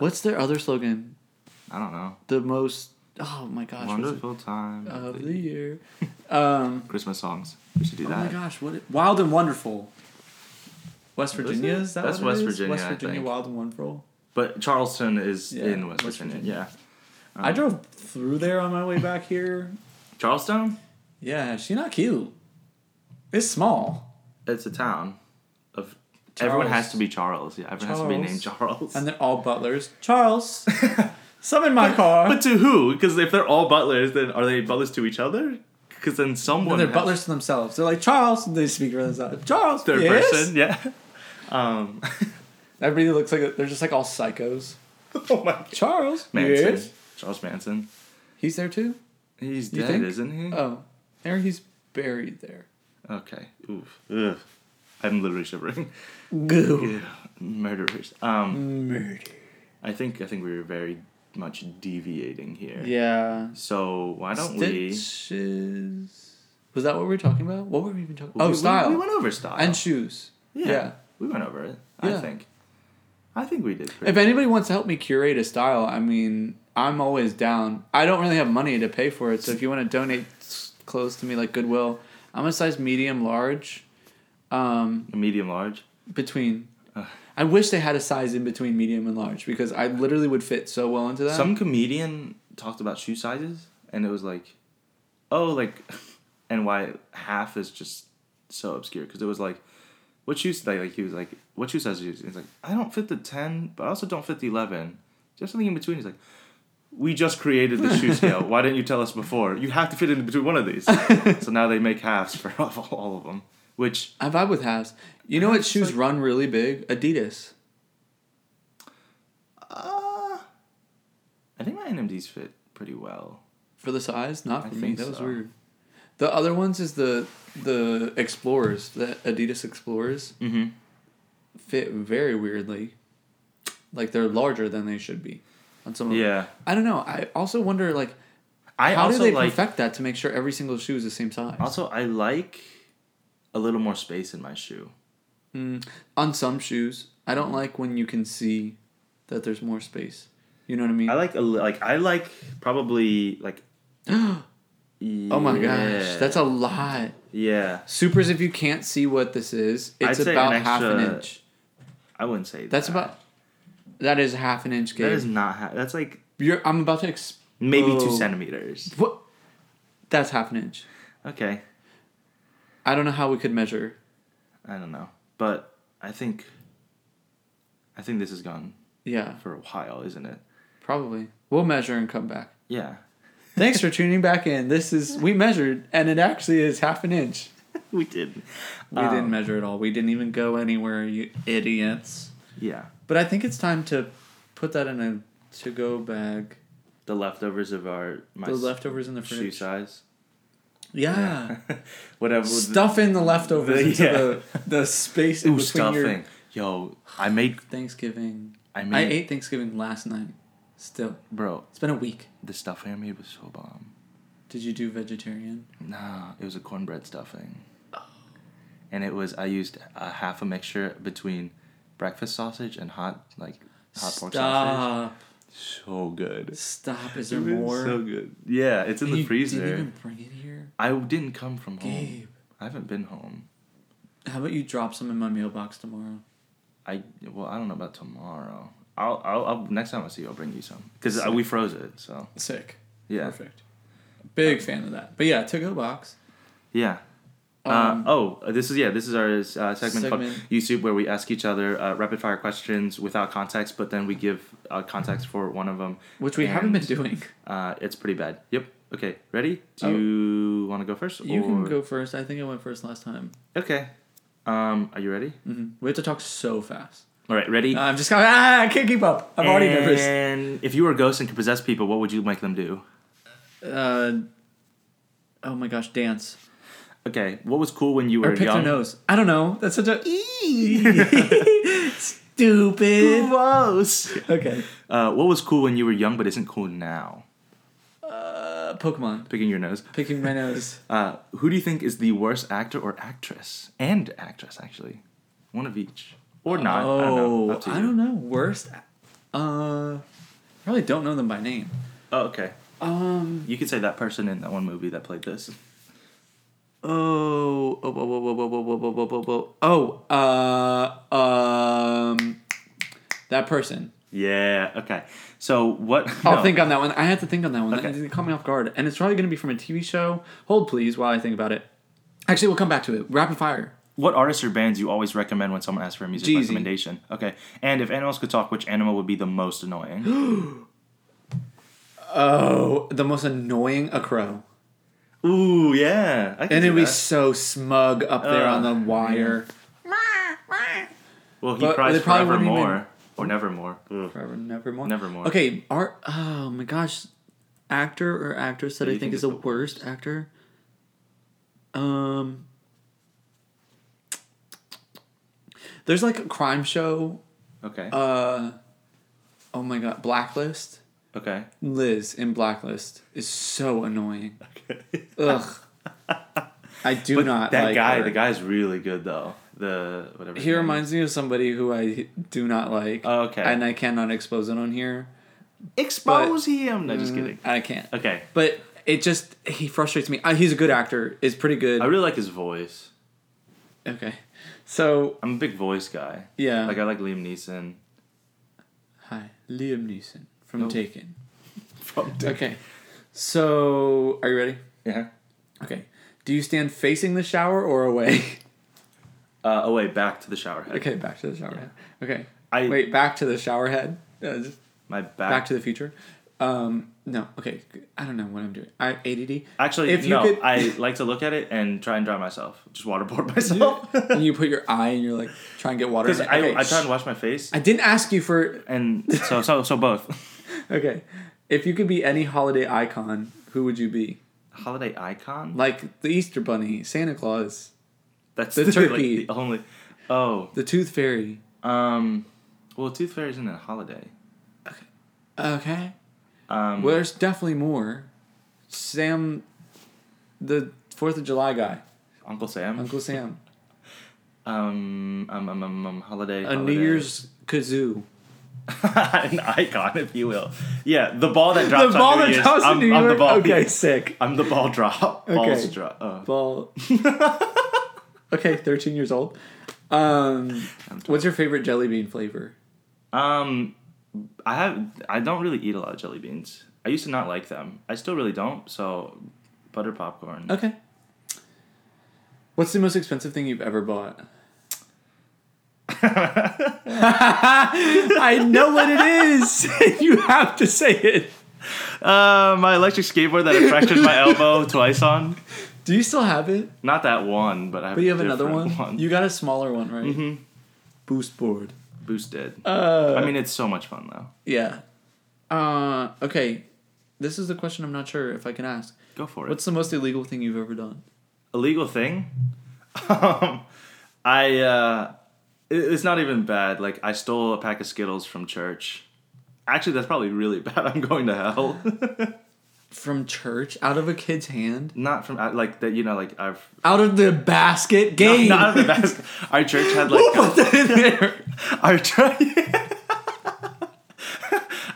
What's their other slogan? I don't know, The most. Oh my gosh. what is it? wonderful time Of the the year. Um. Christmas songs. We should do Oh my that. gosh, what it- Wild and Wonderful. West Is Virginia it? is that? That's what it West is? Virginia, West I Virginia, think. Wild and Wonderful. But Charleston is Yeah, in West West Virginia. Yeah. Uh-huh. I drove through there on my way back here. Charleston? Yeah, she's not cute. It's small, It's a town of. Everyone Charles. has to be Charles. Yeah, everyone has to be named Charles. and they're all butlers. Charles, summon my car. but to who? Because if they're all butlers, then are they butlers to each other? Because then someone. and they're has- butlers to themselves. They're like Charles. And they speak really loud. Charles, Third yes? person, yeah. Um, Everybody looks like they're just like all psychos. oh my God. Charles, Manson. yes, Charles Manson. he's there too. He's You dead, think? isn't he? Oh, there he's buried there. Okay. Oof. Ugh. I'm literally shivering. Goo. Ugh. Murderers. Um, Murder. I think I think we were very much deviating here. Yeah. So why don't Stitches. Was that what we were talking about? What were we even talking? we? Oh, we, style We, went over style. and shoes. yeah, yeah. we went over it. I Yeah. think. I think we did. pretty If anybody wants to help me curate a style, I mean, I'm always down. I don't really have money to pay for it, so if you want to donate s- clothes to me like Goodwill, I'm a size medium large, um, good. medium large. between I wish they had a size in between medium and large because I literally would fit so well into that. Some comedian talked about shoe sizes, and it was like, oh, like, and why half is just so obscure because it was like, what shoes? Like, like he was like, what shoe size do you? use? He's like, I don't fit the ten, but I also don't fit the eleven. Just something in between. He's like. We just created the shoe scale. Why didn't you tell us before? You have to fit in between one of these. so now they make halves for all, all of them, which I vibe with halves. You know what shoes run really big? Adidas. Uh, I think my NMDs fit pretty well. For the size, not for me. think That was so. weird. The other ones is the the Explorers, the Adidas Explorers, Mm-hmm. fit very weirdly. Like they're larger than they should be. On some of them. Yeah. I don't know. I also wonder like I how do also they like. perfect that to make sure every single shoe is the same size? Also, I like a little more space in my shoe. On some shoes, I don't like when you can see that there's more space. You know what I mean? I like a li- like I like probably like. oh my gosh, that's a lot. yeah. Supers, if you can't see what this is, it's I'd say about an half an extra- inch. I wouldn't say That's that. about. That is half an inch, Gabe. That is not half. That's like You're, I'm about to. Exp- maybe two Oh. centimeters. what? That's half an inch. Okay, I don't know how we could measure. I don't know, but I think. I think this has gone Yeah, for a while, isn't it? probably. We'll measure and come back. Yeah. Thanks for tuning back in. This is we measured, and it actually is half an inch. We did. We Um, didn't measure at all. We didn't even go anywhere, you idiots. Yeah. But I think it's time to put that in a to-go bag. The leftovers of our my The s- leftovers in the shoe fridge. size. Yeah. Whatever. Stuff in the leftovers The- into yeah. the, the space in Ooh, between stuffing. your Yo, I made. Thanksgiving. I I made. ate Thanksgiving last night. Still, Bro, it's been a week. the stuffing I made was so bomb. Did you do vegetarian? Nah, it was a cornbread stuffing. And it was I used a half a mixture between breakfast sausage and hot like hot pork sausage. Stop. So good. Stop. Is there It was more? So good. Yeah, it's in You the Didn't freezer. even bring it here, I didn't come from home. Gabe. I haven't been home. Um, How about you drop some in my mailbox tomorrow? I well, I don't know about tomorrow. I'll I'll, I'll next time I see you, I'll bring you some because we froze it. So Sick. yeah, Perfect. Big fan of that. But yeah, to go box. yeah. Um, uh, oh, this is yeah. This is our uh, segment called Segment. YouTube where we ask each other uh, rapid fire questions without context, but then we give uh, context for one of them. which we haven't been And, doing. Uh, it's pretty bad. Yep. Okay. Ready? Do Oh. you want to go first? You can or- go first. I think I went first last time. Okay. Um, are you ready? hmm We have to talk so fast. All right. Ready. No, I'm just going. Ah, I can't keep up. I'm already nervous. And if you were a ghost and could possess people, what would you make them do? Uh, oh my gosh, dance Okay. What was cool when you were or pick young? their nose. I don't know. That's such a stupid. Gross. Okay. Uh, what was cool when you were young but isn't cool now? Uh, Pokemon. Picking your nose. Picking my nose. Uh, who do you think is the worst actor or actress? And actress, actually. One of each. Or not. I don't know. Oh, Up to I you. don't know. Worst. Uh, probably don't know them by name. Oh, okay. Um. You could say that person in that one movie that played this. Oh, oh, oh, oh, oh, oh, oh, oh, oh, oh, oh, oh, uh, um, that person. Yeah. Okay. So what? I'll no. think on that one. I had to think on that one. Okay. It caught me off guard, and it's probably going to be from a TV show. Hold please while I think about it. Actually, we'll come back to it. Rapid fire. What artists or bands you always recommend when someone asks for a music Jeezy. recommendation? Okay. And if animals could talk, which animal would be the most annoying? Oh, the most annoying a crow, Ooh, yeah. I can and see it'd be that. so smug up there Uh, on the wire. Well, he but cries they probably wouldn't forevermore or nevermore. Ugh. Forever, nevermore. Nevermore. Okay, art. Oh my gosh, actor or actress that, I you think, think is is the the worst actor. Um, there's like a crime show. Okay. Uh, oh my god, Blacklist. okay. Liz in Blacklist is so annoying. Okay. Ugh. I do not. that like guy, her. the guy's really good though. The whatever. his He name reminds me of somebody who I do not like. Oh, okay. And I cannot expose it on here. is. expose him. No, just kidding. I can't. Okay, But it just he frustrates me. Uh, he's a good actor. Is pretty good. I really like his voice. Okay. So I'm a big voice guy. yeah. Like I like Liam Neeson. Hi, Liam Neeson from Nope. Taken. From Okay. So are you ready? Yeah. Okay. Do you stand facing the shower or away? Uh, oh wait, back to the shower head. okay, back to the shower head. Okay. I Wait, back to the shower head. Uh, just my back. back to the future. Um, no, okay. I don't know what I'm doing. I ADD. Actually, If you no. could- I like to look at it and try and dry myself. Just waterboard myself. and you put your eye and you're like try and get water. Because in it. I, Okay, I try shh. and wash my face, I didn't ask you for and so so so both. okay. If you could be any holiday icon, who would you be? Holiday icon. Like the Easter Bunny, Santa Claus, That's the like, turkey. the only. Oh. the Tooth Fairy. Um. Well, Tooth Fairy isn't a holiday. Okay. Um. Well, there's definitely more. Sam, the Fourth of July guy, Uncle Sam. Uncle Sam, Um, um, um, um, um holiday. a New Year's kazoo. an icon, if you will. Yeah, the ball that drops. the ball on New that Year's, drops I'm, in New I'm York. the ball. okay, Okay. sick. I'm the ball drop. Balls Okay. drop. Uh, Ball. okay, thirteen years old. Um, what's your favorite jelly bean flavor? um, I have. I don't really eat a lot of jelly beans. I used to not like them. I still really don't. So, butter popcorn. Okay. What's the most expensive thing you've ever bought? I know what it is. you have to say it. Uh, my electric skateboard that I fractured my elbow twice on. Do you still have it? Not that one, but I have. But you a have another different one? You got a smaller one, right? Mhm. Boost board. boosted. Uh, I mean, it's so much fun though. yeah. Uh, okay. This is the question I'm not sure if I can ask. Go for it. What's the most illegal thing you've ever done? illegal thing. um, I uh, it- it's not even bad. Like I stole a pack of Skittles from church. Actually, that's probably really bad. I'm going to hell. From church? Out of a kid's hand? not from uh, like that. You know, like I've Out of the basket? no, Game! not out of the basket. Our church had like uh, Put that in there! our church.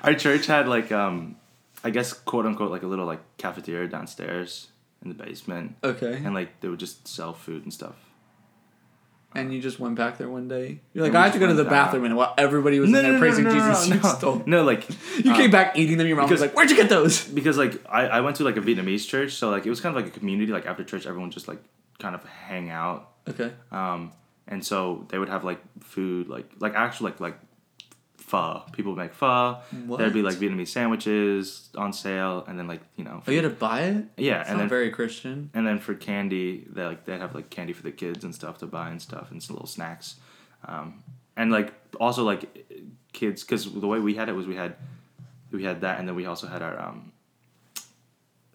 our church had like um, I guess quote unquote like a little like cafeteria downstairs in the basement, Okay. and like they would just sell food and stuff. And you just went back there one day. You're like, And we I have to go just to went the down. bathroom, and while everybody was in there praising Jesus, you stole. Uh, no, like You came back eating them. Your mom was because- like, "Where'd you get those?" because like I, I went to like a Vietnamese church, so like it was kind of like a community. Like after church, everyone just like kind of hang out, Okay. um, and so they would have like food, like like actual like like pho. People would make pho. There'd be What? like Vietnamese sandwiches on sale, and then like you know, Oh, you had to buy it. yeah, It's and not then very Christian. and then for candy, they like they would have like candy for the kids and stuff to buy and stuff and some little snacks, um, and like also like kids because the way we had it was we had we had that and then we also had our um,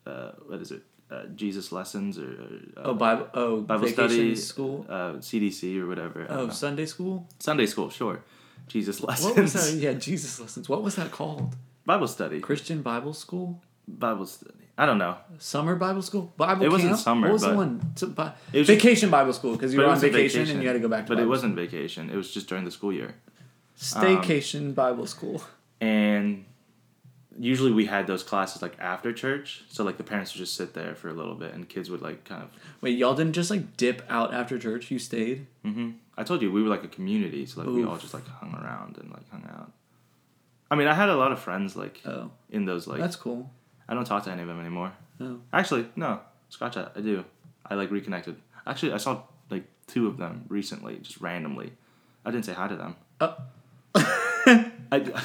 uh, what is it uh, Jesus lessons or uh, Oh, Bible. Oh, Bible vacation study school. uh, CDC or whatever I don't Oh, know. Sunday school. Sunday school sure Jesus lessons What was that? Yeah, Jesus lessons. What was that called? Bible study Christian Bible school. Bible study I don't know Summer Bible school. Bible. It wasn't camp? summer, What was the but- one? To, bi- It was just- vacation Bible school because you But were it on wasn't vacation, and you had to go back to. but it Bible wasn't vacation it was um, just during the school year school. staycation Bible school. and usually we had those classes like after church so like the parents would just sit there for a little bit and kids would like kind of Wait, y'all didn't just like dip out after church? You stayed. mm-hmm. i told you we were like a community so like we all Oof. just like hung around and like hung out i mean i had a lot of friends like Oh, in those like that's cool. i don't talk to any of them anymore Oh. actually no scratch that i do i like reconnected actually i saw like two of them recently just randomly i didn't say hi to them Oh. I,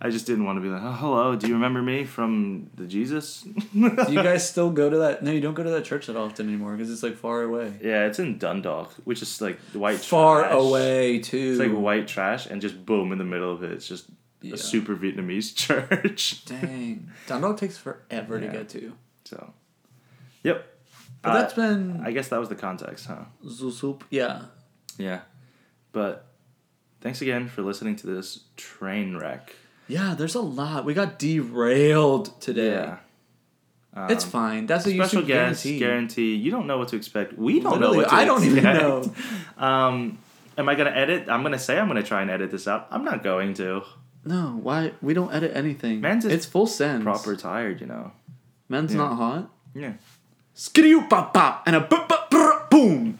I just didn't want to be like oh, hello do you remember me from the jesus Do you guys still go to that? No, you don't go to that church that often anymore because it's like far away. Yeah, it's in Dundalk, which is like white Far trash. away too. It's like white trash, and just boom in the middle of it, it's just Yeah. a super Vietnamese church. Dang, Dundalk takes forever Yeah. to get to. so, yep. But Uh, that's been I guess that was the context, huh? Zusup. Yeah. Yeah, but thanks again for listening to this train wreck. Yeah, there's a lot. We got derailed today. Um, it's fine. That's a Special YouTube guest guarantee. guarantee. You don't know what to expect. We don't Literally, know what to I don't even expect. know. Um, am I gonna edit? I'm gonna say I'm gonna try and edit this out. I'm not going to. No, why? We don't edit anything. Man's is it's full sense. Proper tired, you know. Men's Yeah. not hot. Yeah. Skidoo pop pop and a bu- bu- brr, boom.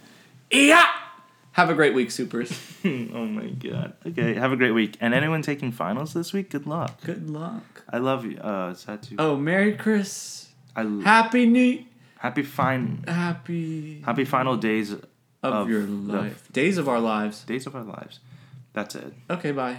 Yeah. Have a great week, supers. oh my god. Okay, have a great week. And anyone taking finals this week, good luck. Good luck. I love you. Uh, is that too? Oh, Merry Chris. I l- Happy New. happy fine. Happy Happy final days of, of your of life. Days of our lives. days of our lives. That's it. Okay, bye.